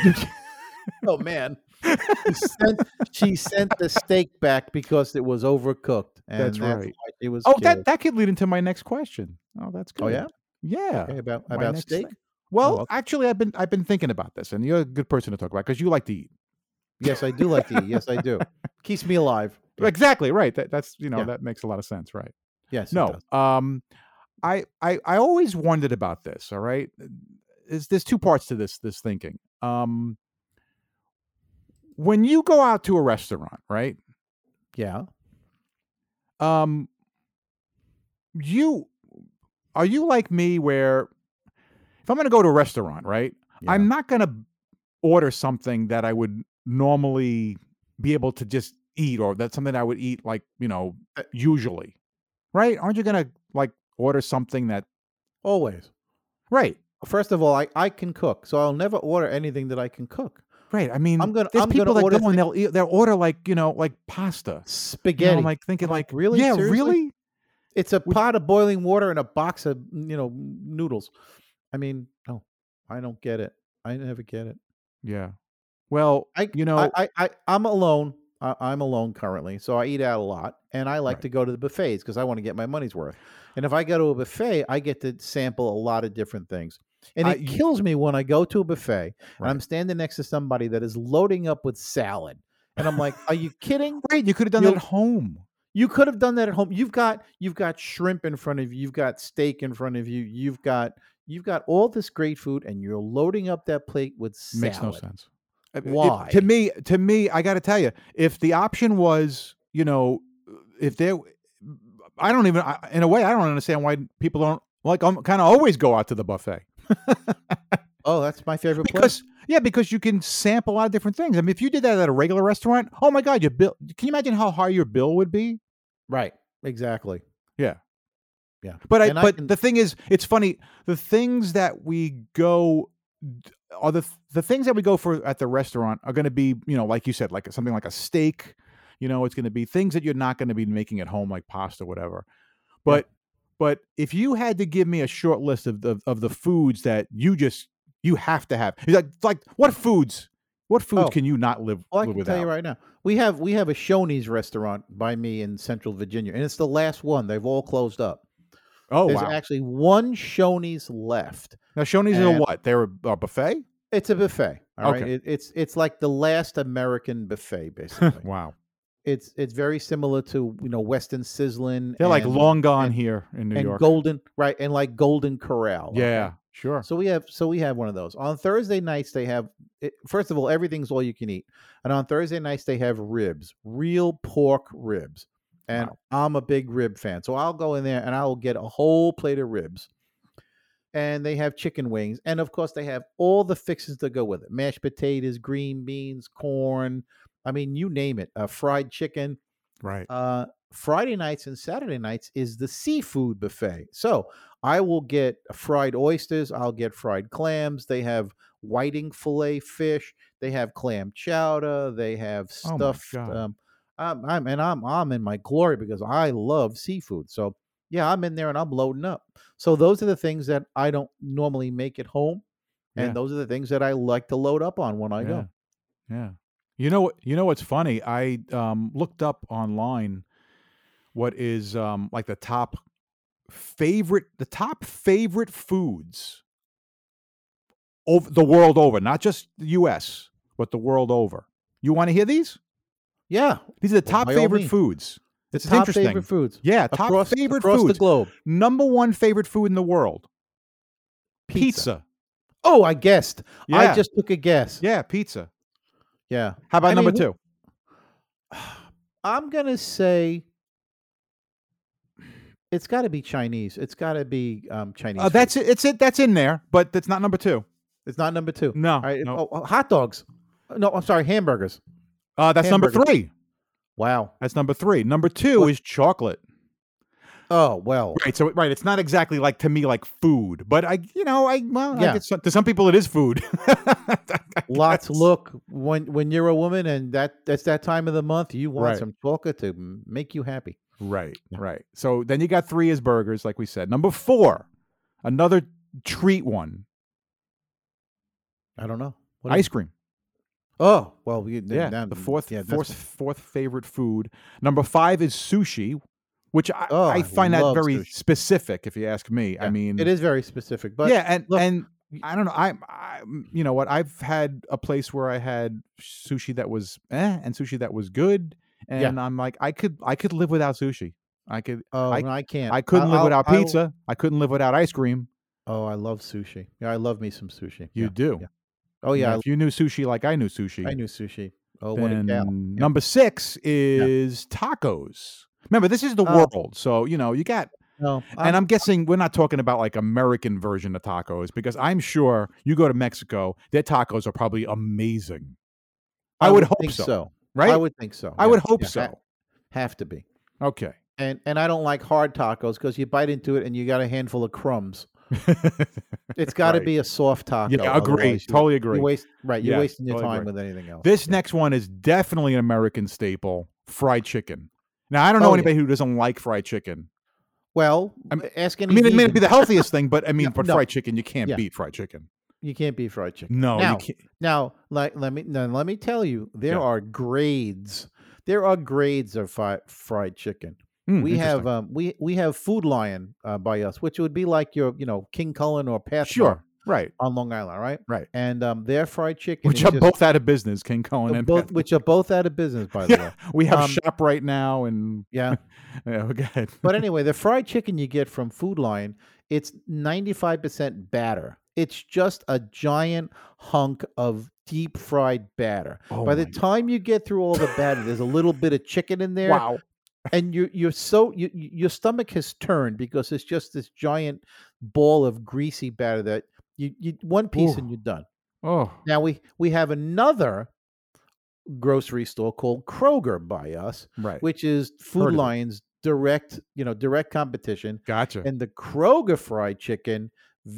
Speaker 1: oh man she, sent, she sent the steak back because it was overcooked and
Speaker 2: That's right.
Speaker 1: why it was
Speaker 2: oh that
Speaker 1: killed.
Speaker 2: that could lead into my next question oh that's good
Speaker 1: oh yeah
Speaker 2: yeah
Speaker 1: okay, about
Speaker 2: my
Speaker 1: about
Speaker 2: next
Speaker 1: steak Oh,
Speaker 2: thing. well
Speaker 1: okay.
Speaker 2: actually i've been i've been thinking about this and you're a good person to talk about because you like to eat
Speaker 1: yes i do like to eat yes i do keeps me alive
Speaker 2: exactly right that, that's you know
Speaker 1: Yeah.
Speaker 2: that makes a lot of sense right
Speaker 1: yes it
Speaker 2: no
Speaker 1: does.
Speaker 2: um I, I i always wondered about this all right is there's two parts to this this thinking um when you go out to a restaurant right
Speaker 1: yeah
Speaker 2: um you are you like me where if i'm going to go to a restaurant right
Speaker 1: yeah.
Speaker 2: i'm not going to order something that i would normally be able to just eat or that's something i would eat like you know uh, usually right aren't you going to like order something that
Speaker 1: Always.
Speaker 2: Right.
Speaker 1: First of all, I, I can cook, so I'll never order anything that I can cook.
Speaker 2: Right. I mean,
Speaker 1: I'm gonna-
Speaker 2: there's
Speaker 1: I'm gonna
Speaker 2: people that
Speaker 1: order
Speaker 2: go and they'll eat, they'll order like you know like pasta. You know,
Speaker 1: Spaghetti.
Speaker 2: I'm like thinking
Speaker 1: I'm
Speaker 2: like,
Speaker 1: like, really?
Speaker 2: Yeah,
Speaker 1: Seriously?
Speaker 2: really.
Speaker 1: it's a
Speaker 2: would-
Speaker 1: pot of boiling water and a box of you know noodles. I mean, no, I don't get it. I never get it.
Speaker 2: Yeah. Well,
Speaker 1: I-
Speaker 2: you know,
Speaker 1: I I, I I'm alone. I, I'm alone currently, so I eat out a lot, and I like
Speaker 2: Right.
Speaker 1: to go to the buffets because I want to get my money's worth. And if I go to a buffet, I get to sample a lot of different things, and
Speaker 2: I-
Speaker 1: it kills me when I go to a buffet and I'm
Speaker 2: Right.
Speaker 1: standing next to somebody that is loading up with salad, and I'm like, "Are you kidding?
Speaker 2: right? You could have done that
Speaker 1: you'll-
Speaker 2: at home.
Speaker 1: You could have done that at home. You've got you've got shrimp in front of you. You've got steak in front of you. You've got you've got all this great food, and you're loading up that plate with salad.
Speaker 2: Makes no sense. I- it-
Speaker 1: Why?
Speaker 2: to me, to me, I got to tell you, if the option was, you know, if there, I don't even, I, in a way, I don't understand why people don't like. I'm kind of always go out to the buffet.
Speaker 1: Oh, that's my favorite place.
Speaker 2: because yeah, because you can sample a lot of different things. I mean, if you did that at a regular restaurant, oh my god, your bill! Can you imagine how high your bill would be?
Speaker 1: Right. Exactly.
Speaker 2: Yeah.
Speaker 1: Yeah.
Speaker 2: But I,
Speaker 1: And I
Speaker 2: but
Speaker 1: can-
Speaker 2: the thing is, it's funny. The things that we go d- are the th- the things that we go for at the restaurant are going to be you know like you said like something like a steak. You know, it's going to be things that you're not going to be making at home like pasta, whatever. But but if you had to give me a short list of the of the foods that you just you have to have, it's like it's like what foods? What foods
Speaker 1: Oh.
Speaker 2: can you not live,
Speaker 1: Well, I
Speaker 2: live
Speaker 1: can
Speaker 2: without?
Speaker 1: tell you right now, we have we have a Shoney's restaurant by me in Central Virginia, and it's the last one. They've all closed up.
Speaker 2: Oh
Speaker 1: There's
Speaker 2: wow!
Speaker 1: actually one Shoney's left.
Speaker 2: now Shoney's are
Speaker 1: and-
Speaker 2: what? They're a, a buffet.
Speaker 1: It's a buffet. All right.
Speaker 2: Okay.
Speaker 1: It, it's it's like the last American buffet, basically.
Speaker 2: Wow.
Speaker 1: it's it's very similar to you know Western Sizzlin.
Speaker 2: They're like
Speaker 1: and-
Speaker 2: long gone
Speaker 1: and-
Speaker 2: here in New
Speaker 1: and
Speaker 2: York.
Speaker 1: Golden right and like Golden Corral. okay?
Speaker 2: yeah, sure.
Speaker 1: So we have so we have one of those. On Thursday nights they have it, first of all everything's all you can eat. And on Thursday nights they have ribs, real pork ribs. And I'm a big rib fan. So I'll go in there and I'll get a whole plate of ribs. And they have chicken wings and of course they have all the fixes that go with it. Mashed potatoes, green beans, corn, I mean you name it. Uh, fried chicken
Speaker 2: right.
Speaker 1: uh, Friday nights and Saturday nights is the seafood buffet. So I will get fried oysters. I'll get fried clams. They have whiting fillet fish. They have clam chowder. They have
Speaker 2: Oh my
Speaker 1: stuffed.
Speaker 2: God.
Speaker 1: um, I'm, I'm and I'm I'm in my glory because I love seafood. So yeah, I'm in there and I'm loading up. So those are the things that I don't normally make at home,
Speaker 2: Yeah.
Speaker 1: and those are the things that I like to load up on when I
Speaker 2: yeah.
Speaker 1: go.
Speaker 2: Yeah. You know what? You know what's funny? I um, looked up online what is um, like the top favorite, the top favorite foods over the world over, not just the U.S., but the world over. You want to hear these?
Speaker 1: Yeah,
Speaker 2: These are the
Speaker 1: Well,
Speaker 2: top
Speaker 1: by all
Speaker 2: favorite
Speaker 1: means.
Speaker 2: foods.
Speaker 1: the
Speaker 2: This is
Speaker 1: top
Speaker 2: interesting.
Speaker 1: favorite foods
Speaker 2: Yeah, top
Speaker 1: across,
Speaker 2: favorite
Speaker 1: across
Speaker 2: foods.
Speaker 1: the globe.
Speaker 2: Number one favorite food in the world:
Speaker 1: Pizza.
Speaker 2: pizza.
Speaker 1: Oh, I guessed.
Speaker 2: Yeah,
Speaker 1: I just took a guess.
Speaker 2: yeah, pizza.
Speaker 1: Yeah.
Speaker 2: How about
Speaker 1: I mean,
Speaker 2: number
Speaker 1: who-
Speaker 2: two?
Speaker 1: I'm going to say it's got to be Chinese. It's got to be um, Chinese.
Speaker 2: Uh,
Speaker 1: food.
Speaker 2: that's it. It's it. That's in there, but that's not number two.
Speaker 1: It's not number two.
Speaker 2: No,
Speaker 1: All right.
Speaker 2: no.
Speaker 1: Oh, oh, hot dogs. Uh, No, I'm sorry. Hamburgers.
Speaker 2: Uh, that's number
Speaker 1: Hamburgers.
Speaker 2: three.
Speaker 1: Wow.
Speaker 2: That's number three. Number two
Speaker 1: What-
Speaker 2: is chocolate.
Speaker 1: Oh, well.
Speaker 2: Right. So right, it's not exactly like to me like food, but I, you know, I well, I
Speaker 1: Yeah.
Speaker 2: guess some, to some people it is food.
Speaker 1: Lots look when when you're a woman and that that's that time of the month you want
Speaker 2: Right.
Speaker 1: some chocolate to m- make you happy.
Speaker 2: Right. Right. So then you got three is burgers, like we said. Number four, another treat one,
Speaker 1: I don't know. What is-
Speaker 2: ice cream.
Speaker 1: oh well, you, then-
Speaker 2: Yeah,
Speaker 1: then-
Speaker 2: the fourth,
Speaker 1: yeah, that's-
Speaker 2: fourth, fourth favorite food. Number five is sushi, which I,
Speaker 1: Oh,
Speaker 2: I
Speaker 1: I
Speaker 2: find that
Speaker 1: love
Speaker 2: very
Speaker 1: sushi.
Speaker 2: specific. If you ask me, I
Speaker 1: Yeah,
Speaker 2: mean,
Speaker 1: it is very specific, but
Speaker 2: yeah, and
Speaker 1: look-
Speaker 2: and I don't know. I, I you know what? I've had a place where I had sushi that was eh, and sushi that was good, and
Speaker 1: Yeah.
Speaker 2: I'm like, I could I could live without sushi. I could
Speaker 1: oh,
Speaker 2: I-
Speaker 1: no, I can't.
Speaker 2: I couldn't live
Speaker 1: I'll-
Speaker 2: without
Speaker 1: I'll-
Speaker 2: pizza. I couldn't live without ice cream.
Speaker 1: Oh, I love sushi. Yeah, I love me some sushi.
Speaker 2: You
Speaker 1: yeah.
Speaker 2: do.
Speaker 1: yeah. Oh
Speaker 2: You know,
Speaker 1: yeah,
Speaker 2: if you knew sushi like I knew sushi,
Speaker 1: I, I knew sushi. Oh, what a
Speaker 2: then
Speaker 1: gal.
Speaker 2: number six is tacos. Remember, this is the
Speaker 1: Oh.
Speaker 2: world, so you know you got.
Speaker 1: No,
Speaker 2: and I'm guessing we're not talking about like American version of tacos because I'm sure you go to Mexico, their tacos are probably amazing. I, would, hope
Speaker 1: think
Speaker 2: so,
Speaker 1: so.
Speaker 2: right?
Speaker 1: I would think so.
Speaker 2: I would
Speaker 1: yeah,
Speaker 2: hope
Speaker 1: yeah,
Speaker 2: so.
Speaker 1: ha- have to be.
Speaker 2: Okay.
Speaker 1: And and I don't like hard tacos because you bite into it and you got a handful of crumbs. It's got to
Speaker 2: Right.
Speaker 1: be a soft taco.
Speaker 2: yeah, agree.
Speaker 1: otherwise you-
Speaker 2: totally
Speaker 1: You
Speaker 2: agree.
Speaker 1: waste right. You're
Speaker 2: Yeah,
Speaker 1: wasting your
Speaker 2: totally
Speaker 1: time
Speaker 2: agree.
Speaker 1: with anything else.
Speaker 2: This
Speaker 1: Yeah.
Speaker 2: next one is definitely an American staple: fried chicken. Now I don't know
Speaker 1: Oh, yeah.
Speaker 2: anybody who doesn't like fried chicken.
Speaker 1: Well,
Speaker 2: I'm-
Speaker 1: ask
Speaker 2: I
Speaker 1: any.
Speaker 2: mean, it may not
Speaker 1: vegan.
Speaker 2: be the healthiest thing, but I mean,
Speaker 1: No,
Speaker 2: but
Speaker 1: no.
Speaker 2: fried chicken you can't
Speaker 1: Yeah.
Speaker 2: beat fried chicken.
Speaker 1: you can't be fried chicken.
Speaker 2: No,
Speaker 1: Now,
Speaker 2: you can't.
Speaker 1: Now, like, let me now, let me tell you, there
Speaker 2: Mm. Yeah.
Speaker 1: are grades. There are grades of fi- fried chicken.
Speaker 2: Mm,
Speaker 1: we have
Speaker 2: interesting.
Speaker 1: um, we we have Food Lion uh, by us, which would be like your you know King Cullen or Pathmark
Speaker 2: sure, right,
Speaker 1: on Long Island, right?
Speaker 2: Right.
Speaker 1: And um, their fried chicken,
Speaker 2: which
Speaker 1: is
Speaker 2: are
Speaker 1: just-
Speaker 2: both out of business, King Cohen
Speaker 1: uh,
Speaker 2: and
Speaker 1: both
Speaker 2: Pat-
Speaker 1: which are both out of business, by the
Speaker 2: yeah,
Speaker 1: way.
Speaker 2: we have
Speaker 1: Um,
Speaker 2: shop right now, and
Speaker 1: Yeah.
Speaker 2: yeah, go ahead.
Speaker 1: But anyway, the fried chicken you get from Food Lion, it's ninety five percent batter. It's just a giant hunk of deep fried batter.
Speaker 2: Oh
Speaker 1: By the
Speaker 2: my-
Speaker 1: time you get through all the batter, there's a little bit of chicken in there.
Speaker 2: wow,
Speaker 1: and you you're so you, you- your stomach has turned because it's just this giant ball of greasy batter that you, you one piece
Speaker 2: Ooh.
Speaker 1: and you're done.
Speaker 2: oh,
Speaker 1: Now we we have another grocery store called Kroger by us,
Speaker 2: right,
Speaker 1: which is
Speaker 2: Heard of
Speaker 1: Food
Speaker 2: it.
Speaker 1: Lion's direct you know direct competition,
Speaker 2: gotcha.
Speaker 1: and the Kroger fried chicken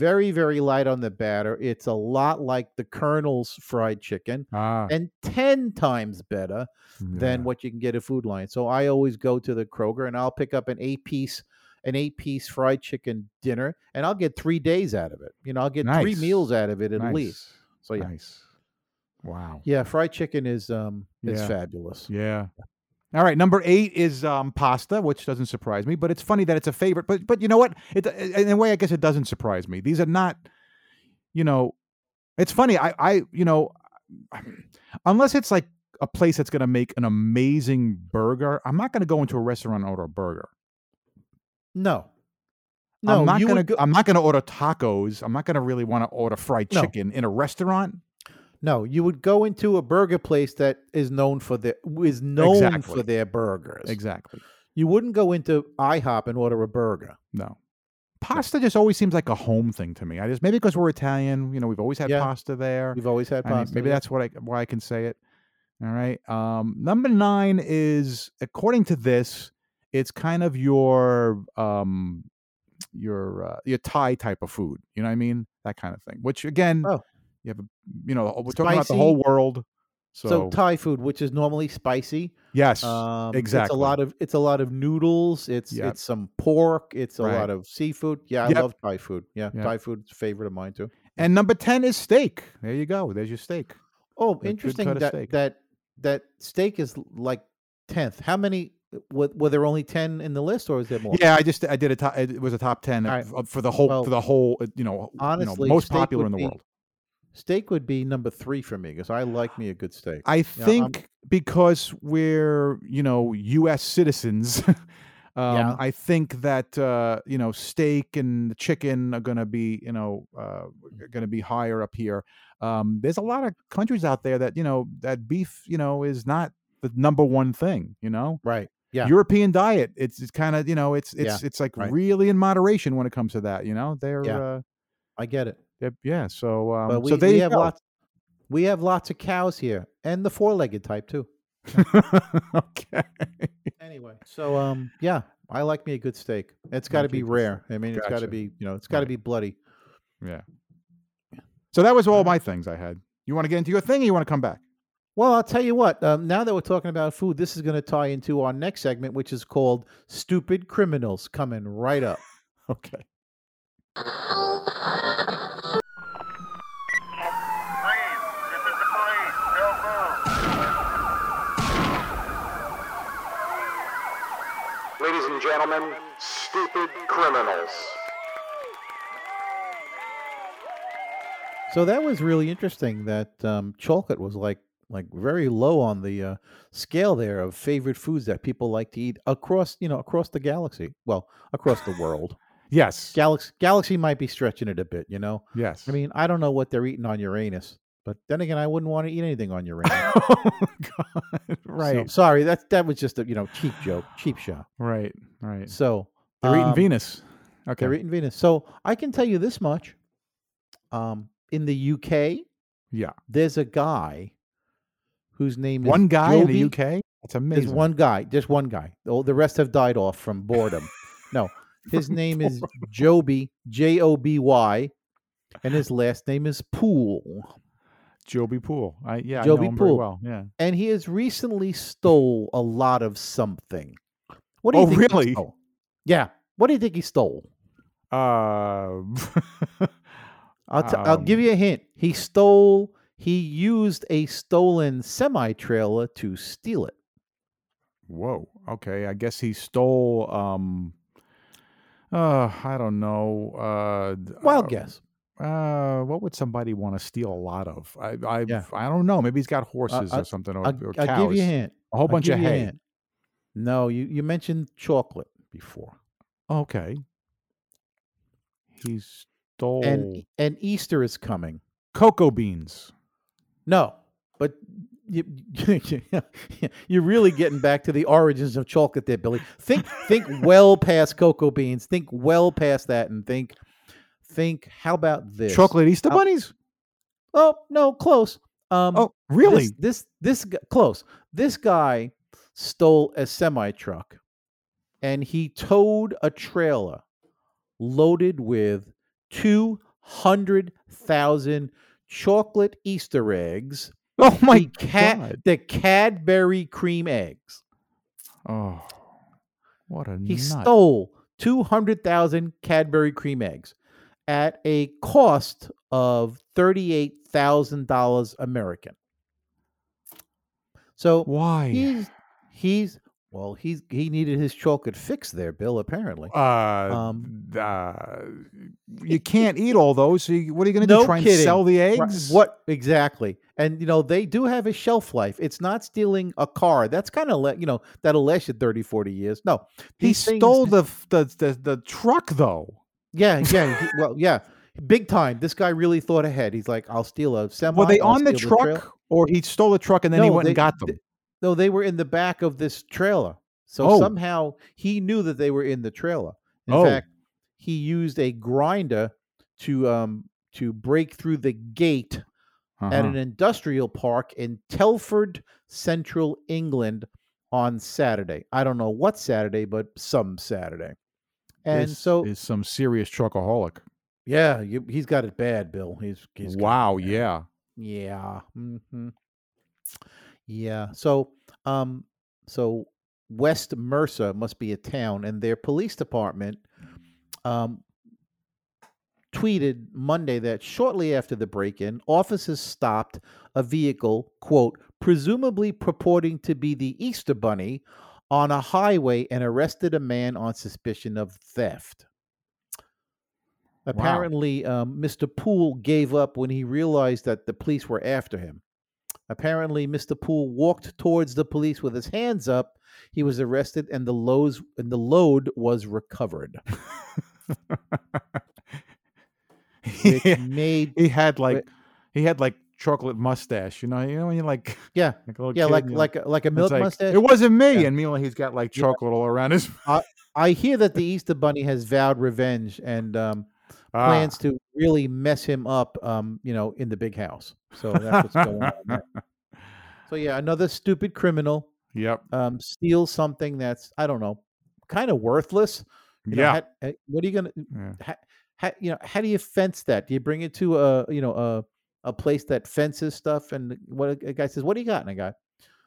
Speaker 1: very very light on the batter. It's a lot like the Colonel's fried chicken.
Speaker 2: ah,
Speaker 1: And ten times better than
Speaker 2: yeah.
Speaker 1: what you can get at Food Lion. So I always go to the Kroger and I'll pick up an eight piece, an eight piece fried chicken dinner, and I'll get three days out of it. You know, I'll get three
Speaker 2: Nice.
Speaker 1: meals out of it at
Speaker 2: nice.
Speaker 1: least. So yeah,
Speaker 2: nice. Wow.
Speaker 1: yeah, fried chicken is um is
Speaker 2: Yeah.
Speaker 1: fabulous.
Speaker 2: Yeah. All right, number eight is um, pasta, which doesn't surprise me, but it's funny that it's a favorite. But but you know what? It uh, in a way, I guess it doesn't surprise me. These are not, you know, it's funny. I I you know, unless it's like a place that's going to make an amazing burger, I'm not going to go into a restaurant and order a burger.
Speaker 1: No. No,
Speaker 2: I'm not
Speaker 1: you
Speaker 2: going to.
Speaker 1: would go-
Speaker 2: I'm not going to order tacos. I'm not going to really want to order fried
Speaker 1: No.
Speaker 2: chicken in a restaurant.
Speaker 1: no, you would go into a burger place that is known for their is known
Speaker 2: Exactly.
Speaker 1: for their burgers.
Speaker 2: Exactly.
Speaker 1: You wouldn't go into IHOP and order a burger.
Speaker 2: No. Pasta just always seems like a home thing to me. I just maybe because we're Italian, you know, we've always had
Speaker 1: Yeah.
Speaker 2: pasta there.
Speaker 1: We've always had
Speaker 2: I mean,
Speaker 1: pasta.
Speaker 2: maybe
Speaker 1: yeah.
Speaker 2: that's what I why I can say it. All right. Um, number nine is according to this, it's kind of your um your uh, your Thai type of food. You know what I mean? That kind of thing. Which again,
Speaker 1: Oh.
Speaker 2: you have a, you know we're talking about the whole
Speaker 1: Spicy.
Speaker 2: world. So,
Speaker 1: so, Thai food, which is normally spicy.
Speaker 2: yes,
Speaker 1: Um, It's a
Speaker 2: exactly.
Speaker 1: lot of it's a lot of noodles. It's
Speaker 2: Yep.
Speaker 1: it's some pork. It's a
Speaker 2: Right.
Speaker 1: lot of seafood. Yeah, I
Speaker 2: Yep.
Speaker 1: love Thai food. Yeah,
Speaker 2: Yep.
Speaker 1: Thai food's a favorite of mine too.
Speaker 2: and number ten is steak. There you go. There's your steak.
Speaker 1: Oh,
Speaker 2: good
Speaker 1: interesting
Speaker 2: cut of
Speaker 1: that
Speaker 2: steak.
Speaker 1: that that steak is l- like tenth. How many were, were there only ten in the list, or is there more?
Speaker 2: Yeah, I just I did a top. It was a top ten
Speaker 1: All
Speaker 2: of- of- for the whole
Speaker 1: Well,
Speaker 2: for the whole uh, you know you know,
Speaker 1: honestly,
Speaker 2: most
Speaker 1: steak
Speaker 2: popular
Speaker 1: would
Speaker 2: in the
Speaker 1: be-
Speaker 2: world.
Speaker 1: steak would be number three for me because I like me a good steak.
Speaker 2: I
Speaker 1: I'm-
Speaker 2: think because we're you know U.S. citizens, um,
Speaker 1: Yeah.
Speaker 2: I think that uh, you know steak and chicken are going to be you know uh, going to be higher up here. Um, there's a lot of countries out there that you know that beef you know is not the number one thing. You know,
Speaker 1: right. Yeah.
Speaker 2: European diet it's, it's kind of you know it's it's it's like
Speaker 1: right.
Speaker 2: really in moderation when it comes to that. You know, they're
Speaker 1: Yeah.
Speaker 2: uh,
Speaker 1: I get it.
Speaker 2: they're yeah. So um,
Speaker 1: But we,
Speaker 2: so they
Speaker 1: we have lots. We have lots of cows here, and the four-legged type too.
Speaker 2: okay.
Speaker 1: Anyway, so um, yeah, I like me a good steak. It's got to
Speaker 2: Like you
Speaker 1: be
Speaker 2: good
Speaker 1: rare. I mean, it's got
Speaker 2: Gotcha.
Speaker 1: to be you know, it's got to
Speaker 2: Right.
Speaker 1: be bloody.
Speaker 2: So that was all my things I had. You want to get into your thing or you want to come back?
Speaker 1: Well, I'll tell you what. Um, now that we're talking about food, this is going to tie into our next segment, which is called "Stupid Criminals." Coming right up.
Speaker 2: Okay.
Speaker 5: Please, this is the police. Don't move.
Speaker 3: Ladies and gentlemen, stupid criminals.
Speaker 1: So that was really interesting. That um, chocolate was like like very low on the uh, scale there of favorite foods that people like to eat across you know across the galaxy. Well, across the world.
Speaker 2: Yes.
Speaker 1: Galaxy galaxy might be stretching it a bit. You know,
Speaker 2: Yes.
Speaker 1: I mean, I don't know what they're eating on Uranus, but then again, I wouldn't want to eat anything on Uranus.
Speaker 2: Oh God.
Speaker 1: So,
Speaker 2: Right.
Speaker 1: sorry, that that was just a you know cheap joke, cheap shot.
Speaker 2: right. Right.
Speaker 1: So
Speaker 2: They're eating
Speaker 1: um,
Speaker 2: Venus. Okay.
Speaker 1: They're eating Venus. So I can tell you this much. Um, in the UK,
Speaker 2: Yeah.
Speaker 1: there's a guy whose name is
Speaker 2: one guy in the
Speaker 1: Joby-
Speaker 2: UK. That's
Speaker 1: There's
Speaker 2: amazing.
Speaker 1: one guy, just one guy. Oh, the rest have died off from boredom. no, his name is Joby J O B Y, and his last name is Pool.
Speaker 2: Joby Pool. I yeah. I
Speaker 1: Joby
Speaker 2: know him
Speaker 1: Pool.
Speaker 2: Very well. Yeah.
Speaker 1: and he has recently stole a lot of something. What do you
Speaker 2: Oh,
Speaker 1: think he
Speaker 2: really?
Speaker 1: stole? Yeah. What do you think he stole?
Speaker 2: Uh,
Speaker 1: I'll, t- I'll give
Speaker 2: Um,
Speaker 1: you a hint. He stole. He used a stolen semi trailer to steal it.
Speaker 2: whoa. Okay. I guess he stole. Um. Uh, I don't know. Uh, d-
Speaker 1: Wild
Speaker 2: uh,
Speaker 1: guess.
Speaker 2: Uh, what would somebody want to steal a lot of? I, I,
Speaker 1: Yeah.
Speaker 2: I don't know. Maybe he's got horses
Speaker 1: I'll-
Speaker 2: or something, or,
Speaker 1: I'll,
Speaker 2: or cows.
Speaker 1: I'll give you a hint.
Speaker 2: A whole
Speaker 1: I'll
Speaker 2: bunch
Speaker 1: give
Speaker 2: of
Speaker 1: you a
Speaker 2: hay.
Speaker 1: hint. No, you, you mentioned chocolate before.
Speaker 2: Okay. He stole
Speaker 1: And and Easter is coming.
Speaker 2: cocoa beans.
Speaker 1: No, but you, you're really getting back to the origins of chocolate there, Billy. Think think well past cocoa beans. Think well past that, and think think how about this
Speaker 2: Chocolate Easter
Speaker 1: I'll-
Speaker 2: bunnies?
Speaker 1: Oh no, close. Um,
Speaker 2: Oh, really?
Speaker 1: This this, this gu- close. This guy stole a semi truck, and he towed a trailer loaded with two hundred thousand chocolate Easter eggs.
Speaker 2: oh my
Speaker 1: the cat
Speaker 2: god.
Speaker 1: the Cadbury cream eggs.
Speaker 2: Oh. What a
Speaker 1: He
Speaker 2: nut.
Speaker 1: stole 200,000 Cadbury cream eggs at a cost of $38,000 American. So
Speaker 2: Why?
Speaker 1: he's he's Well, he's he needed his chocolate fix there, Bill. Apparently.
Speaker 2: Uh,
Speaker 1: Um,
Speaker 2: th- uh, you can't eat all those. So you, what are you going to
Speaker 1: No
Speaker 2: do? Try
Speaker 1: kidding.
Speaker 2: and sell the
Speaker 1: Right,
Speaker 2: eggs?
Speaker 1: What exactly? And you know they do have a shelf life. It's not stealing a car. That's kind of you know that'll last you 30, 40 years. No,
Speaker 2: He
Speaker 1: these things-
Speaker 2: stole the, f- the the the truck though.
Speaker 1: Yeah, yeah. he- well, yeah. Big time. This guy really thought ahead. He's like, I'll steal a semi.
Speaker 2: Were they
Speaker 1: I'll
Speaker 2: on the
Speaker 1: steal
Speaker 2: truck,
Speaker 1: trail-
Speaker 2: or he stole the truck and then he
Speaker 1: No,
Speaker 2: went
Speaker 1: they-
Speaker 2: and got
Speaker 1: th-
Speaker 2: them?
Speaker 1: No, they were in the back of this trailer. So
Speaker 2: Oh.
Speaker 1: somehow he knew that they were in the trailer. In
Speaker 2: Oh.
Speaker 1: fact, he used a grinder to um to break through the gate at
Speaker 2: Uh-huh.
Speaker 1: an industrial park in Telford, Central England on Saturday. I don't know what Saturday, but some Saturday. And
Speaker 2: This
Speaker 1: so
Speaker 2: is some serious truckaholic.
Speaker 1: yeah, you, he's got it bad, Bill. He's, he's got it
Speaker 2: Wow.
Speaker 1: bad.
Speaker 2: Yeah.
Speaker 1: Yeah. hmm Yeah. So, um, so West Mercer must be a town, and their police department, um, tweeted Monday that shortly after the break-in, officers stopped a vehicle, quote, presumably purporting to be the Easter Bunny, on a highway and arrested a man on suspicion of theft. Apparently, um, Mr. Poole gave up when he realized that the police were after him. Apparently, Mr. Poole walked towards the police with his hands up. He was arrested, and the loads and the load was recovered, which
Speaker 2: Yeah.
Speaker 1: made
Speaker 2: He had like
Speaker 1: Wait.
Speaker 2: he had like chocolate mustache. You know. You know when you like
Speaker 1: yeah,
Speaker 2: like a little
Speaker 1: yeah,
Speaker 2: kid,
Speaker 1: like
Speaker 2: you know,
Speaker 1: like a, like a
Speaker 2: it's
Speaker 1: milk
Speaker 2: like,
Speaker 1: mustache.
Speaker 2: It wasn't me.
Speaker 1: Yeah.
Speaker 2: And meanwhile, he's got like
Speaker 1: Yeah.
Speaker 2: chocolate all around his
Speaker 1: I hear that the Easter Bunny has vowed revenge and um,
Speaker 2: Ah.
Speaker 1: plans to really mess him up, um, you know, in the big house. So that's what's going on. there. So yeah, another stupid criminal
Speaker 2: Yep.
Speaker 1: um, steals something that's I don't know, kind of worthless. You know,
Speaker 2: yeah.
Speaker 1: ha- uh, what are you gonna?
Speaker 2: Yeah.
Speaker 1: ha- ha- you know, how do you fence that? Do you bring it to a you know a a place that fences stuff? And what a guy says, "What do you got?" And I got,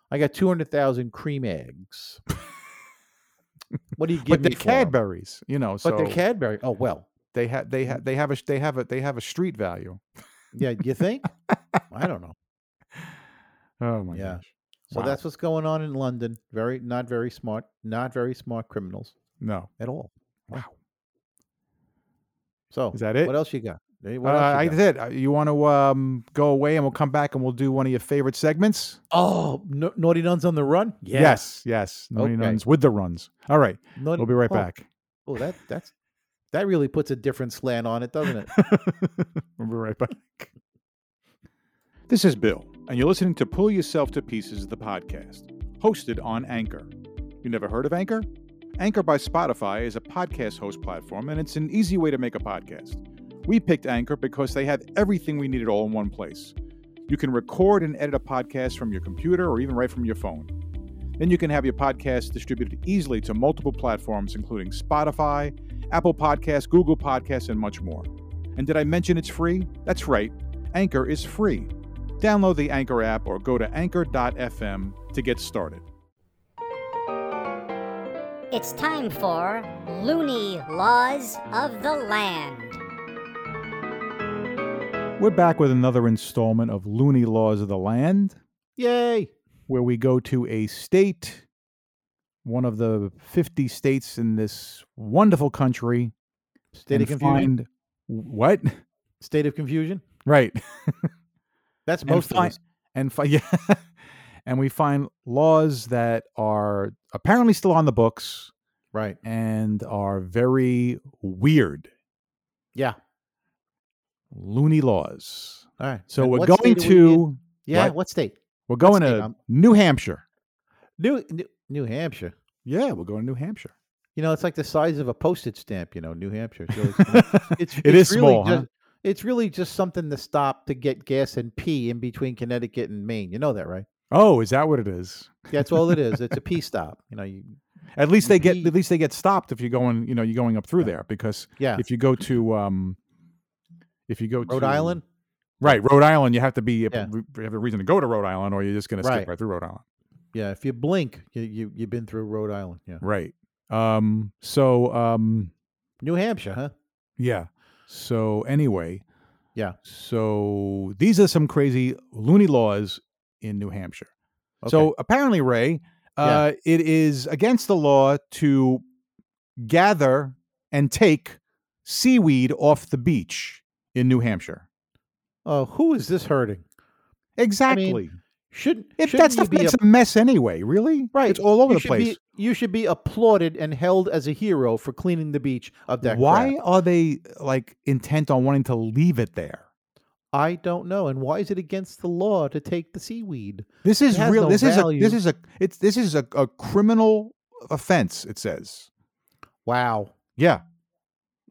Speaker 1: I got two hundred thousand cream eggs. what do you give
Speaker 2: but
Speaker 1: me?
Speaker 2: they're
Speaker 1: for 'em?"
Speaker 2: Cadbury's, you know.
Speaker 1: But Mm.
Speaker 2: So
Speaker 1: they're Cadbury. Oh well,
Speaker 2: they have they have they have a they have a they have a street value.
Speaker 1: yeah. You think? I don't know.
Speaker 2: Oh my
Speaker 1: Yeah.
Speaker 2: gosh.
Speaker 1: So
Speaker 2: Wow.
Speaker 1: that's what's going on in London. Very not very smart. Not very smart criminals
Speaker 2: No.
Speaker 1: at all.
Speaker 2: Wow.
Speaker 1: So
Speaker 2: Is that it?
Speaker 1: What else you got? Eh,
Speaker 2: Uh,
Speaker 1: what else you
Speaker 2: I
Speaker 1: got?
Speaker 2: did. Uh, You want to um, go away and we'll come back and we'll do one of your favorite segments?
Speaker 1: Oh, Na- naughty nuns on the run.
Speaker 2: Yes. Yes. Naughty
Speaker 1: Okay.
Speaker 2: Nuns with the runs. All right.
Speaker 1: Naughty-
Speaker 2: We'll be right
Speaker 1: oh,
Speaker 2: back.
Speaker 1: Oh, that that's that really puts a different slant on it, doesn't it?
Speaker 2: we'll be right back.
Speaker 6: This is Bill, and you're listening to Pull Yourself to Pieces, the podcast, hosted on Anchor. You never heard of Anchor? Anchor by Spotify is a podcast host platform, and it's an easy way to make a podcast. We picked Anchor because they have everything we needed all in one place. You can record and edit a podcast from your computer or even right from your phone. Then you can have your podcast distributed easily to multiple platforms, including Spotify, Apple Podcasts, Google Podcasts, and much more. And did I mention it's free? That's right, Anchor is free. Download the Anchor app or go to anchor.fm to get started.
Speaker 7: It's time for Loony Laws of the Land.
Speaker 2: We're back with another installment of Looney Laws of the Land.
Speaker 1: Yay!
Speaker 2: where we go to a state, one of the 50 states in this wonderful country.
Speaker 1: State of
Speaker 2: and
Speaker 1: confusion.
Speaker 2: find- what?
Speaker 1: State of confusion.
Speaker 2: Right.
Speaker 1: That's
Speaker 2: And
Speaker 1: most of
Speaker 2: fi-
Speaker 1: us.
Speaker 2: And fi- yeah. and we find laws that are apparently still on the books
Speaker 1: Right.
Speaker 2: and are very weird.
Speaker 1: Yeah.
Speaker 2: Loony laws.
Speaker 1: All right.
Speaker 2: So
Speaker 1: And
Speaker 2: we're
Speaker 1: what
Speaker 2: going
Speaker 1: state are we in?
Speaker 2: to
Speaker 1: yeah.
Speaker 2: what?
Speaker 1: What state?
Speaker 2: we're going
Speaker 1: state,
Speaker 2: to
Speaker 1: um,
Speaker 2: New Hampshire.
Speaker 1: New, New New Hampshire.
Speaker 2: Yeah, we're going to New Hampshire.
Speaker 1: You know, it's like the size of a postage stamp. You know, New Hampshire. It's really small. it's,
Speaker 2: It is
Speaker 1: really
Speaker 2: small, huh?
Speaker 1: Just, It's really just something to stop to get gas and pee in between Connecticut and Maine. You know that, right?
Speaker 2: Oh, is that what it is?
Speaker 1: That's all it is. It's a pee stop. You know, you,
Speaker 2: At least they get
Speaker 1: Ye-
Speaker 2: at least they get stopped if you're going you know you're going up through there because
Speaker 1: yeah.
Speaker 2: if you go to um if you go
Speaker 1: Rhode
Speaker 2: to,
Speaker 1: Island.
Speaker 2: right Rhode Island you have to be
Speaker 1: Yeah.
Speaker 2: you have a reason to go to Rhode Island or you're just going to
Speaker 1: Right.
Speaker 2: skip right through Rhode Island
Speaker 1: Yeah. If you blink, you, you you've been through Rhode Island. Yeah.
Speaker 2: right um so um
Speaker 1: New Hampshire, huh?
Speaker 2: yeah so anyway
Speaker 1: Yeah.
Speaker 2: so these are some crazy loony laws in New Hampshire
Speaker 1: Okay.
Speaker 2: so apparently Ray Uh, It is against the law to gather and take seaweed off the beach in New Hampshire.
Speaker 1: Oh, who is this hurting?
Speaker 2: Exactly.
Speaker 1: Shouldn't,
Speaker 2: If
Speaker 1: shouldn't
Speaker 2: that stuff
Speaker 1: you be
Speaker 2: makes a mess anyway, really?
Speaker 1: Right.
Speaker 2: It's all over
Speaker 1: you
Speaker 2: the
Speaker 1: should
Speaker 2: place.
Speaker 1: Be, you should be applauded and held as a hero for cleaning the beach of that.
Speaker 2: Why
Speaker 1: crap.
Speaker 2: are they like intent on wanting to leave it there?
Speaker 1: I don't know. And why is it against the law to take the seaweed?
Speaker 2: This is
Speaker 1: has
Speaker 2: real.
Speaker 1: no
Speaker 2: this
Speaker 1: value.
Speaker 2: is a this is a it's this is a, a criminal offense. It says.
Speaker 1: Wow.
Speaker 2: Yeah.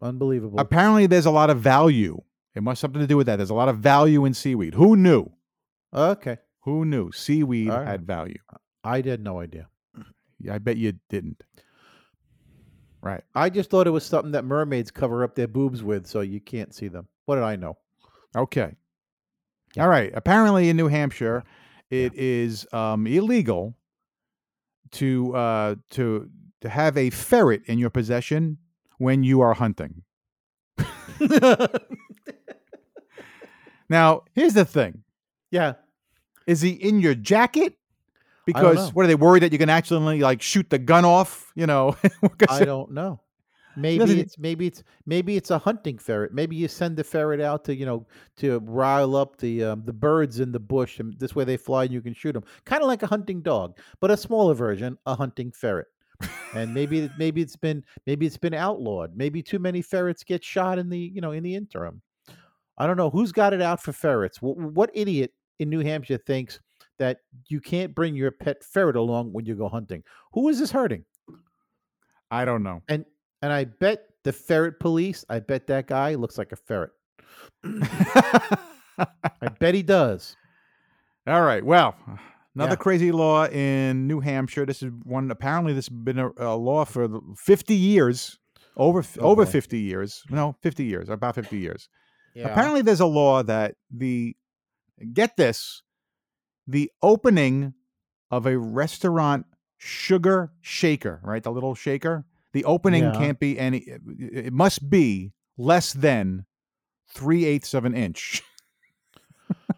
Speaker 1: Unbelievable.
Speaker 2: Apparently, there's a lot of value. It must something to do with that. There's a lot of value in seaweed. Who knew?
Speaker 1: okay.
Speaker 2: Who knew seaweed
Speaker 1: All right.
Speaker 2: had value?
Speaker 1: I had no idea.
Speaker 2: I bet you didn't. Right.
Speaker 1: I just thought it was something that mermaids cover up their boobs with so you can't see them. What did I know?
Speaker 2: Okay. All right. Apparently, in New Hampshire, it is um, illegal to uh, to to have a ferret in your possession when you are hunting. now, here's the thing:
Speaker 1: Yeah.
Speaker 2: is he in your jacket?
Speaker 1: I don't
Speaker 2: Because
Speaker 1: know.
Speaker 2: what are they worried that you can actually like shoot the gun off? You know, 'Cause
Speaker 1: I don't know. Maybe
Speaker 2: doesn't-
Speaker 1: it's maybe it's maybe it's a hunting ferret. Maybe you send the ferret out to you know to rile up the um, the birds in the bush, and this way they fly and you can shoot them, kind of like a hunting dog, but a smaller version, a hunting ferret. and maybe it- maybe it's been maybe it's been outlawed. Maybe too many ferrets get shot in the you know in the interim. I don't know who's got it out for ferrets. What, what idiot in New Hampshire thinks that you can't bring your pet ferret along when you go hunting? Who is this hurting?
Speaker 2: I don't know.
Speaker 1: And I bet the ferret police, I bet that guy looks like a ferret. I bet he does.
Speaker 2: All right. Well, another
Speaker 1: Yeah.
Speaker 2: crazy law in New Hampshire. This is one. Apparently, this has been a, a law for the- fifty years. Over f
Speaker 1: Oh,
Speaker 2: over
Speaker 1: boy.
Speaker 2: fifty years. No, fifty years. About fifty years.
Speaker 1: Yeah.
Speaker 2: Apparently, there's a law that the get this, the opening of a restaurant sugar shaker, right? The little shaker. The opening
Speaker 1: Yeah.
Speaker 2: can't be any. It it must be less than three eighths of an inch.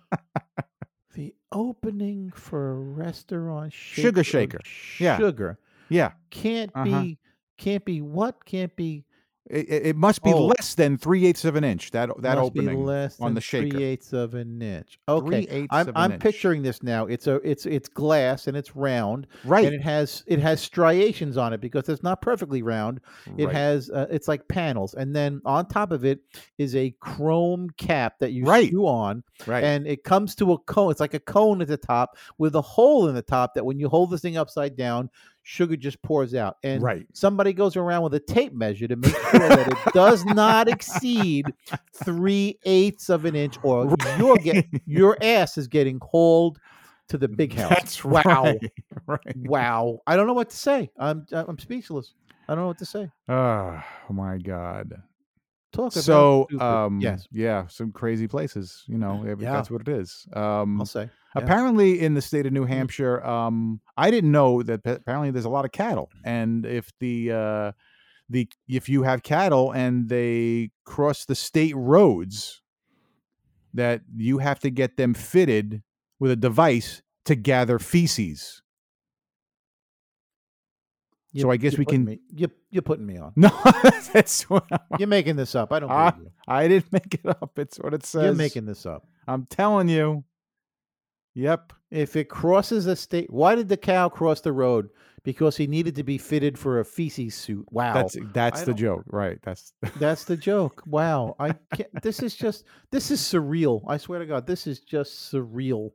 Speaker 1: the opening for a restaurant shake-
Speaker 2: Sugar
Speaker 1: uh,
Speaker 2: shaker. Yeah.
Speaker 1: Sugar
Speaker 2: Yeah.
Speaker 1: can't
Speaker 2: Uh-huh.
Speaker 1: be can't be what can't be
Speaker 2: It, it it must be
Speaker 1: Oh.
Speaker 2: less than three eighths of an inch. That
Speaker 1: must
Speaker 2: that opening.
Speaker 1: be less
Speaker 2: on
Speaker 1: than
Speaker 2: the shaker.
Speaker 1: three eighths of an inch. Okay,
Speaker 2: Three-eighths
Speaker 1: I'm
Speaker 2: of an
Speaker 1: I'm
Speaker 2: inch.
Speaker 1: picturing this now. It's a it's it's glass and it's round
Speaker 2: Right.
Speaker 1: and it has it has striations on it because it's not perfectly round. It
Speaker 2: right.
Speaker 1: has uh, it's like panels, and then on top of it is a chrome cap that you
Speaker 2: Right.
Speaker 1: screw on,
Speaker 2: right.
Speaker 1: and it comes to a cone. It's like a cone at the top with a hole in the top that when you hold this thing upside down, sugar just pours out. And
Speaker 2: Right.
Speaker 1: somebody goes around with a tape measure to make sure that it does not exceed three eighthths of an inch, or you're get, your ass is getting hauled to the big house.
Speaker 2: That's
Speaker 1: wow.
Speaker 2: right. Right.
Speaker 1: Wow. I don't know what to say. I'm I'm speechless. I don't know what to say.
Speaker 2: Oh my God.
Speaker 1: Talk about
Speaker 2: So
Speaker 1: stupid.
Speaker 2: um
Speaker 1: yes,
Speaker 2: yeah, some crazy places. You know, if
Speaker 1: Yeah.
Speaker 2: that's what it is. Um
Speaker 1: I'll say. yeah. Mm-hmm.
Speaker 2: apparently in the state of New Hampshire, um I didn't know that pa- apparently there's a lot of cattle. And if the uh the if you have cattle and they cross the state roads, that you have to get them fitted with a device to gather feces. so I guess
Speaker 1: you're
Speaker 2: we
Speaker 1: putting
Speaker 2: can-
Speaker 1: Me, you you're putting me on.
Speaker 2: No, that's what I'm-
Speaker 1: You're making this up. I don't.
Speaker 2: Ah,
Speaker 1: believe
Speaker 2: I didn't make it up. It's what it
Speaker 1: you.
Speaker 2: says.
Speaker 1: You're making this up.
Speaker 2: I'm telling you. Yep.
Speaker 1: If it crosses a state, why did the cow cross the road? Because he needed to be fitted for a feces suit. Wow,
Speaker 2: That's
Speaker 1: that's,
Speaker 2: that's
Speaker 1: I
Speaker 2: the
Speaker 1: don't-
Speaker 2: joke. Right. That's
Speaker 1: the joke. Wow, I can't, this is just this is surreal. I swear to God, this is just surreal.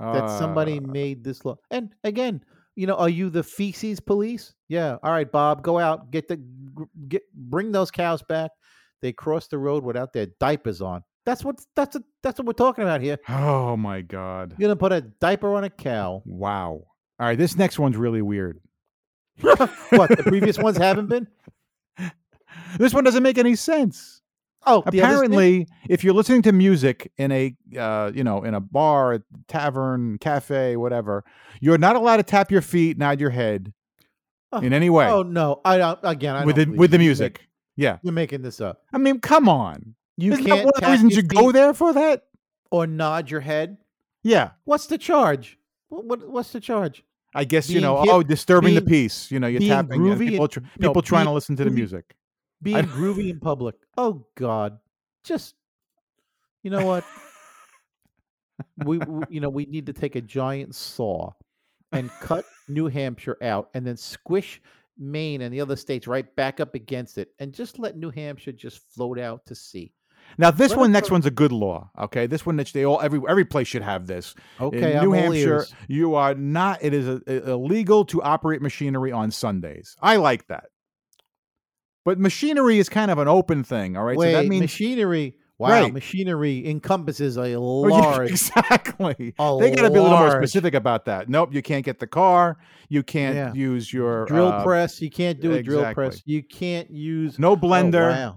Speaker 1: that somebody
Speaker 2: Uh,
Speaker 1: made this law. And again, you know, are you the feces police? Yeah. All right, Bob, go out, get the gr- get bring those cows back. They cross the road without their diapers on. That's what that's a, that's what we're talking about here.
Speaker 2: Oh my god.
Speaker 1: You're gonna put a diaper on a cow.
Speaker 2: Wow. All right, this next one's really weird.
Speaker 1: What the previous ones haven't been?
Speaker 2: This one doesn't make any sense.
Speaker 1: Oh, the others did?
Speaker 2: Apparently, if you're listening to music in a uh, you know, in a bar, a tavern, cafe, whatever, you're not allowed to tap your feet, nod your head
Speaker 1: Oh,
Speaker 2: in any way
Speaker 1: Oh no! I don't. Again, I
Speaker 2: with
Speaker 1: don't
Speaker 2: the,
Speaker 1: believe
Speaker 2: with the
Speaker 1: you. You're mak-
Speaker 2: music. Yeah.
Speaker 1: You're making this up.
Speaker 2: I mean, come on.
Speaker 1: You
Speaker 2: Isn't that
Speaker 1: can't
Speaker 2: one of the
Speaker 1: tap
Speaker 2: reasons
Speaker 1: your
Speaker 2: you go
Speaker 1: feet
Speaker 2: there for that?
Speaker 1: or nod your head.
Speaker 2: Yeah.
Speaker 1: What's the charge? What, what what's the charge?
Speaker 2: I guess you
Speaker 1: Being
Speaker 2: know.
Speaker 1: hip-
Speaker 2: oh, disturbing the
Speaker 1: being-
Speaker 2: peace. You know, you're
Speaker 1: being
Speaker 2: tapping and
Speaker 1: groovy
Speaker 2: people,
Speaker 1: and-
Speaker 2: tr-
Speaker 1: no,
Speaker 2: people trying
Speaker 1: being
Speaker 2: to listen to the
Speaker 1: groovy-
Speaker 2: music.
Speaker 1: being groovy in public. Oh God, just you know what? we, we you know we need to take a giant saw and cut New Hampshire out, and then squish Maine and the other states right back up against it, and just let New Hampshire just float out to sea.
Speaker 2: Now this
Speaker 1: Let
Speaker 2: one,
Speaker 1: us
Speaker 2: next
Speaker 1: go-
Speaker 2: one's a good law. Okay, this one that they all every every place should have this. In
Speaker 1: Okay,
Speaker 2: New
Speaker 1: I'm all
Speaker 2: Hampshire,
Speaker 1: ears.
Speaker 2: you are not. It is a, i- illegal to operate machinery on Sundays. I like that. But machinery is kind of an open thing. All right,
Speaker 1: Wait,
Speaker 2: so that means
Speaker 1: machinery. Wow,
Speaker 2: Right.
Speaker 1: machinery encompasses a
Speaker 2: Oh, yeah,
Speaker 1: large.
Speaker 2: exactly.
Speaker 1: a
Speaker 2: they got to be a little more
Speaker 1: large
Speaker 2: specific about that. Nope, you can't get the car. You can't
Speaker 1: Yeah.
Speaker 2: use your
Speaker 1: Drill
Speaker 2: uh,
Speaker 1: press. You can't do a drill
Speaker 2: exactly.
Speaker 1: press. You can't use
Speaker 2: No blender.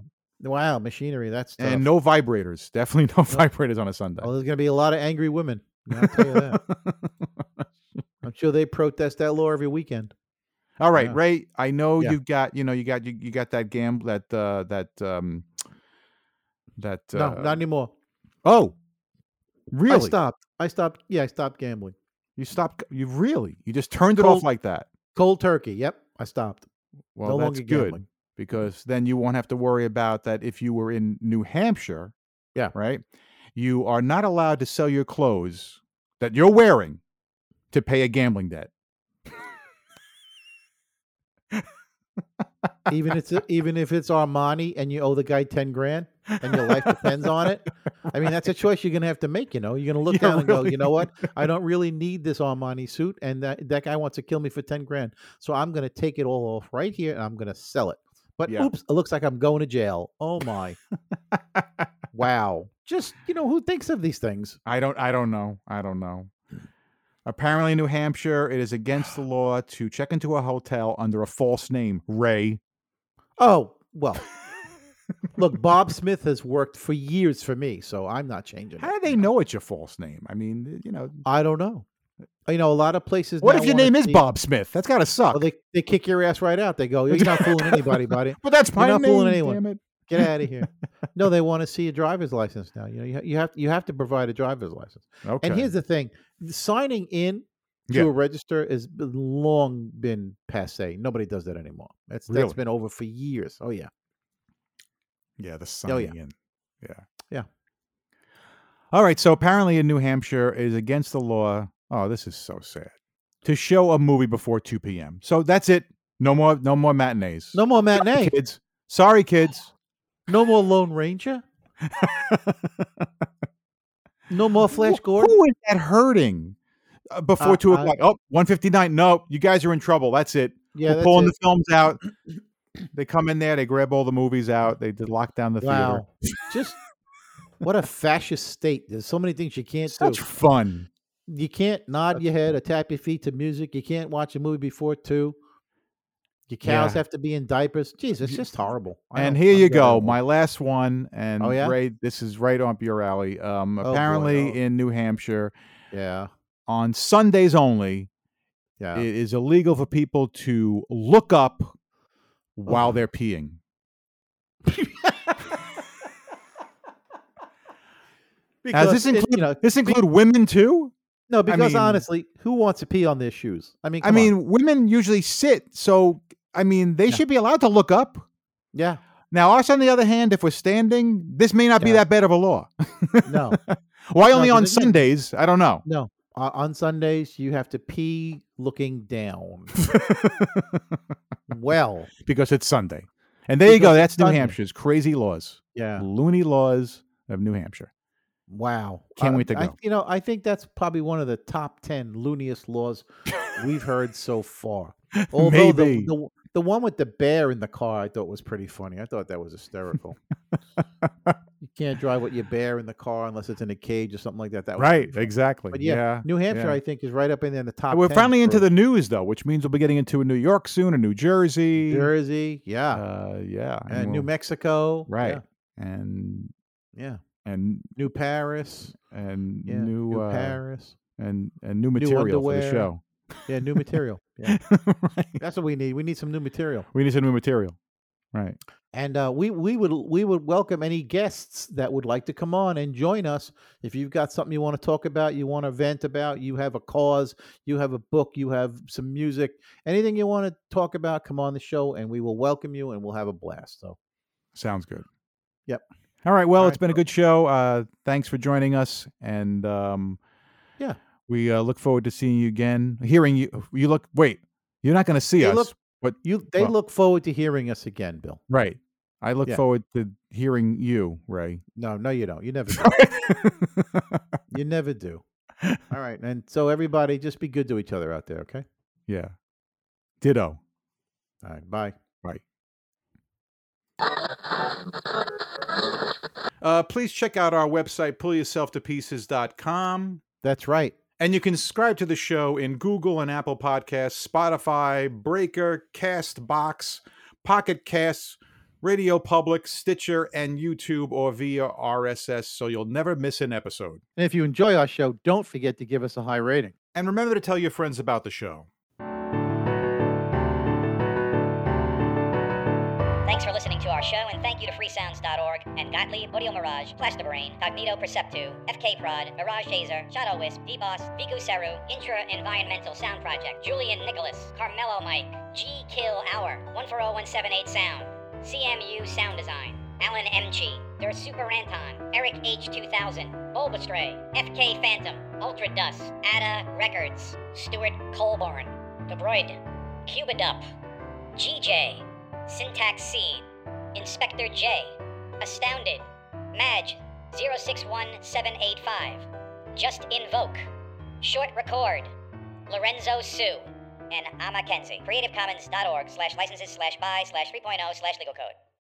Speaker 1: Oh, wow. wow, machinery. That's tough.
Speaker 2: and no vibrators. Definitely no vibrators on a Sunday.
Speaker 1: Well, there's going to be a lot of angry women. I'll tell you that. I'm sure they protest that law every weekend.
Speaker 2: All right,
Speaker 1: yeah.
Speaker 2: Ray. I know
Speaker 1: Yeah.
Speaker 2: you've got you know you got you, you got that gamble that uh, that um that
Speaker 1: no,
Speaker 2: uh,
Speaker 1: not anymore.
Speaker 2: oh really
Speaker 1: I stopped. I stopped. Yeah, I stopped gambling.
Speaker 2: you stopped you really you just turned it off
Speaker 1: Cold-
Speaker 2: like that.
Speaker 1: Cold turkey. Yep, I stopped.
Speaker 2: Well,
Speaker 1: no
Speaker 2: that's
Speaker 1: longer
Speaker 2: good
Speaker 1: gambling.
Speaker 2: because then you won't have to worry about that if you were in New Hampshire.
Speaker 1: Yeah.
Speaker 2: right. You are not allowed to sell your clothes that you're wearing to pay a gambling debt.
Speaker 1: Even it's even if it's Armani and you owe the guy ten grand and your life depends on it. I mean, that's a choice you're gonna have to make. You know, you're gonna look
Speaker 2: Yeah,
Speaker 1: down and go,
Speaker 2: really.
Speaker 1: you know what? I don't really need this Armani suit, and that that guy wants to kill me for ten grand. So I'm gonna take it all off right here and I'm gonna sell it. But
Speaker 2: Yeah.
Speaker 1: oops, it looks like I'm going to jail. Oh my. wow. Just you know, who thinks of these things?
Speaker 2: I don't I don't know. I don't know.
Speaker 1: Hmm.
Speaker 2: Apparently in New Hampshire, it is against the law to check into a hotel under a false name, Ray.
Speaker 1: Oh, well. look, Bob Smith has worked for years for me, so I'm not changing it.
Speaker 2: How do they know it's your false name? I mean, you know,
Speaker 1: I don't know. You know, a lot of places.
Speaker 2: what
Speaker 1: now
Speaker 2: if your
Speaker 1: wanna
Speaker 2: name is
Speaker 1: see-
Speaker 2: Bob Smith? That's got to suck.
Speaker 1: Well, they, they kick your ass right out. They go, you're not fooling anybody, buddy.
Speaker 2: but that's my
Speaker 1: not
Speaker 2: name.
Speaker 1: fooling anyone.
Speaker 2: Damn it.
Speaker 1: Get out of here. No, they want to see a driver's license now. You know, you, ha- you have you have to provide a driver's license.
Speaker 2: Okay.
Speaker 1: And here's the thing: signing in to
Speaker 2: Yeah.
Speaker 1: a register has been- long been passe. Nobody does that anymore. That's
Speaker 2: Really?
Speaker 1: that's been over for years. Oh yeah,
Speaker 2: Yeah, the
Speaker 1: Oh,
Speaker 2: signing
Speaker 1: yeah.
Speaker 2: in. Yeah.
Speaker 1: Yeah.
Speaker 2: All right. So apparently in New Hampshire it is against the law. Oh, this is so sad. To show a movie before 2 p.m. So that's it. No more no more matinees.
Speaker 1: no more
Speaker 2: Sorry,
Speaker 1: matinee,
Speaker 2: kids. Sorry, kids.
Speaker 1: no more Lone Ranger, no more Flash
Speaker 2: Who-
Speaker 1: Gordon.
Speaker 2: Who is that hurting? Uh, before
Speaker 1: Uh,
Speaker 2: two
Speaker 1: I-
Speaker 2: o'clock. Oh, 159. No, you guys are in trouble. That's it.
Speaker 1: Yeah,
Speaker 2: We're
Speaker 1: that's
Speaker 2: pulling
Speaker 1: it.
Speaker 2: the films out. They come in there. They grab all the movies out. They did lock down the
Speaker 1: wow, just what a fascist state. There's so many things you
Speaker 2: theater.
Speaker 1: can't
Speaker 2: Such
Speaker 1: do.
Speaker 2: fun.
Speaker 1: You can't nod
Speaker 2: That's
Speaker 1: your head or tap your feet to music. You can't watch a movie before two. Your
Speaker 2: Yeah.
Speaker 1: cows have to be in diapers. Jeez, it's just horrible. I
Speaker 2: and
Speaker 1: don't-
Speaker 2: here
Speaker 1: I'm
Speaker 2: you
Speaker 1: getting
Speaker 2: go,
Speaker 1: old.
Speaker 2: my last one. And
Speaker 1: Oh, yeah?
Speaker 2: Ray, this is right up your alley. Um,
Speaker 1: Oh, boy,
Speaker 2: apparently,
Speaker 1: oh.
Speaker 2: in New Hampshire,
Speaker 1: yeah,
Speaker 2: on Sundays only,
Speaker 1: yeah. Uh-huh.
Speaker 2: it is illegal for people to look up while
Speaker 1: Oh.
Speaker 2: they're peeing. Now,
Speaker 1: because
Speaker 2: does this
Speaker 1: it- you
Speaker 2: include
Speaker 1: know,
Speaker 2: this include women too?
Speaker 1: no, because
Speaker 2: mean-
Speaker 1: honestly, who wants to pee on their shoes? I mean,
Speaker 2: I
Speaker 1: come on.
Speaker 2: mean, women usually sit, so I mean, they
Speaker 1: Yeah.
Speaker 2: should be allowed to look up.
Speaker 1: yeah,
Speaker 2: Now, us on the other hand, if we're standing, this may not be
Speaker 1: Yeah.
Speaker 2: that bad of a law.
Speaker 1: no,
Speaker 2: Why
Speaker 1: No,
Speaker 2: only
Speaker 1: 'cause
Speaker 2: on
Speaker 1: again-
Speaker 2: Sundays? I don't know.
Speaker 1: no. Uh, on Sundays, you have to pee looking down. well,
Speaker 2: because it's Sunday. And there you
Speaker 1: Because
Speaker 2: go.
Speaker 1: it's
Speaker 2: That's New
Speaker 1: Sunday.
Speaker 2: Hampshire's crazy laws,
Speaker 1: yeah.
Speaker 2: loony laws of New Hampshire.
Speaker 1: Wow.
Speaker 2: Can't
Speaker 1: I-
Speaker 2: wait to
Speaker 1: I-
Speaker 2: go.
Speaker 1: you know, I think that's probably one of the top 10 looniest laws we've heard so far. Although the,
Speaker 2: Maybe.
Speaker 1: the the one with the bear in the car I thought was pretty funny. I thought that was hysterical. you can't drive with your bear in the car unless it's in a cage or something like that. That was
Speaker 2: Right.
Speaker 1: pretty funny.
Speaker 2: Exactly.
Speaker 1: But
Speaker 2: yeah.
Speaker 1: yeah, New Hampshire
Speaker 2: yeah.
Speaker 1: I think is right up in there in the top
Speaker 2: We're
Speaker 1: 10
Speaker 2: finally into
Speaker 1: for
Speaker 2: the news, though, which means we'll be getting into New York soon and New Jersey.
Speaker 1: Jersey, yeah.
Speaker 2: Uh, yeah.
Speaker 1: and New
Speaker 2: we'll-
Speaker 1: Mexico.
Speaker 2: Right. And,
Speaker 1: Yeah. yeah.
Speaker 2: and,
Speaker 1: New Paris.
Speaker 2: and
Speaker 1: Yeah.
Speaker 2: new,
Speaker 1: New
Speaker 2: uh,
Speaker 1: Paris.
Speaker 2: and, and new material for the
Speaker 1: underwear.
Speaker 2: show.
Speaker 1: Yeah, new material. Yeah.
Speaker 2: Right.
Speaker 1: That's what we need. We need some new material.
Speaker 2: We need some new material.
Speaker 8: Right.
Speaker 1: And uh, we we would we would welcome any guests that would like to come on and join us. If you've got something you want to talk about, you want to vent about, you have a cause, you have a book, you have some music, anything you want to talk about, come on the show, and we will welcome you, and we'll have a blast. So
Speaker 8: Sounds good.
Speaker 1: Yep.
Speaker 8: All right. Well,
Speaker 1: All
Speaker 8: it's
Speaker 1: right,
Speaker 8: been a good show. Uh, thanks for joining us, and um,
Speaker 1: Yeah.
Speaker 8: we uh, look forward to seeing you again. Hearing you, you look. Wait, you're not going to see
Speaker 1: They
Speaker 8: us,
Speaker 1: look- you they
Speaker 8: Well-
Speaker 1: look forward to hearing us again, Bill.
Speaker 8: right? I look
Speaker 1: Yeah.
Speaker 8: forward to hearing you, Ray.
Speaker 1: No, no, you don't. You never do. you never do. All right, and so everybody, just be good to each other out there, okay?
Speaker 8: yeah. Ditto.
Speaker 1: All right, bye.
Speaker 2: Uh, please check out our website, pullyourselftopieces.com.
Speaker 1: That's right.
Speaker 2: And you can subscribe to the show in Google and Apple Podcasts, Spotify, Breaker, Castbox, Pocket Casts, Radio Public, Stitcher, and YouTube or via RSS so you'll never miss an episode.
Speaker 1: And if you enjoy our show, don't forget to give us a high rating.
Speaker 2: And remember to tell your friends about the show.
Speaker 7: Thanks for listening to our show, and thank you to freesounds.org and Gottlieb, Audio Mirage, Plastobrain, Cognito Perceptu, FK Prod, Mirage Hazer, Shadow Wisp, D-Boss, Viku Seru, Intra Environmental Sound Project, Julian Nicholas, Carmelo Mike, G Kill Hour, 140178 Sound, CMU Sound Design, Alan Emchi, Der Super Anton, Eric H2000, Bulbastray, FK Phantom, Ultra Dust, Ada Records, Stuart Colborn, Debroid, Cuba Dup, GJ, Syntax Seed, Inspector J, Astounded, Madge 061785, Just Invoke, Short Record, Lorenzo Sue, and I'm Mackenzie. CreativeCommons.org oh slash licenses slash buy slash 3.0 slash legal code.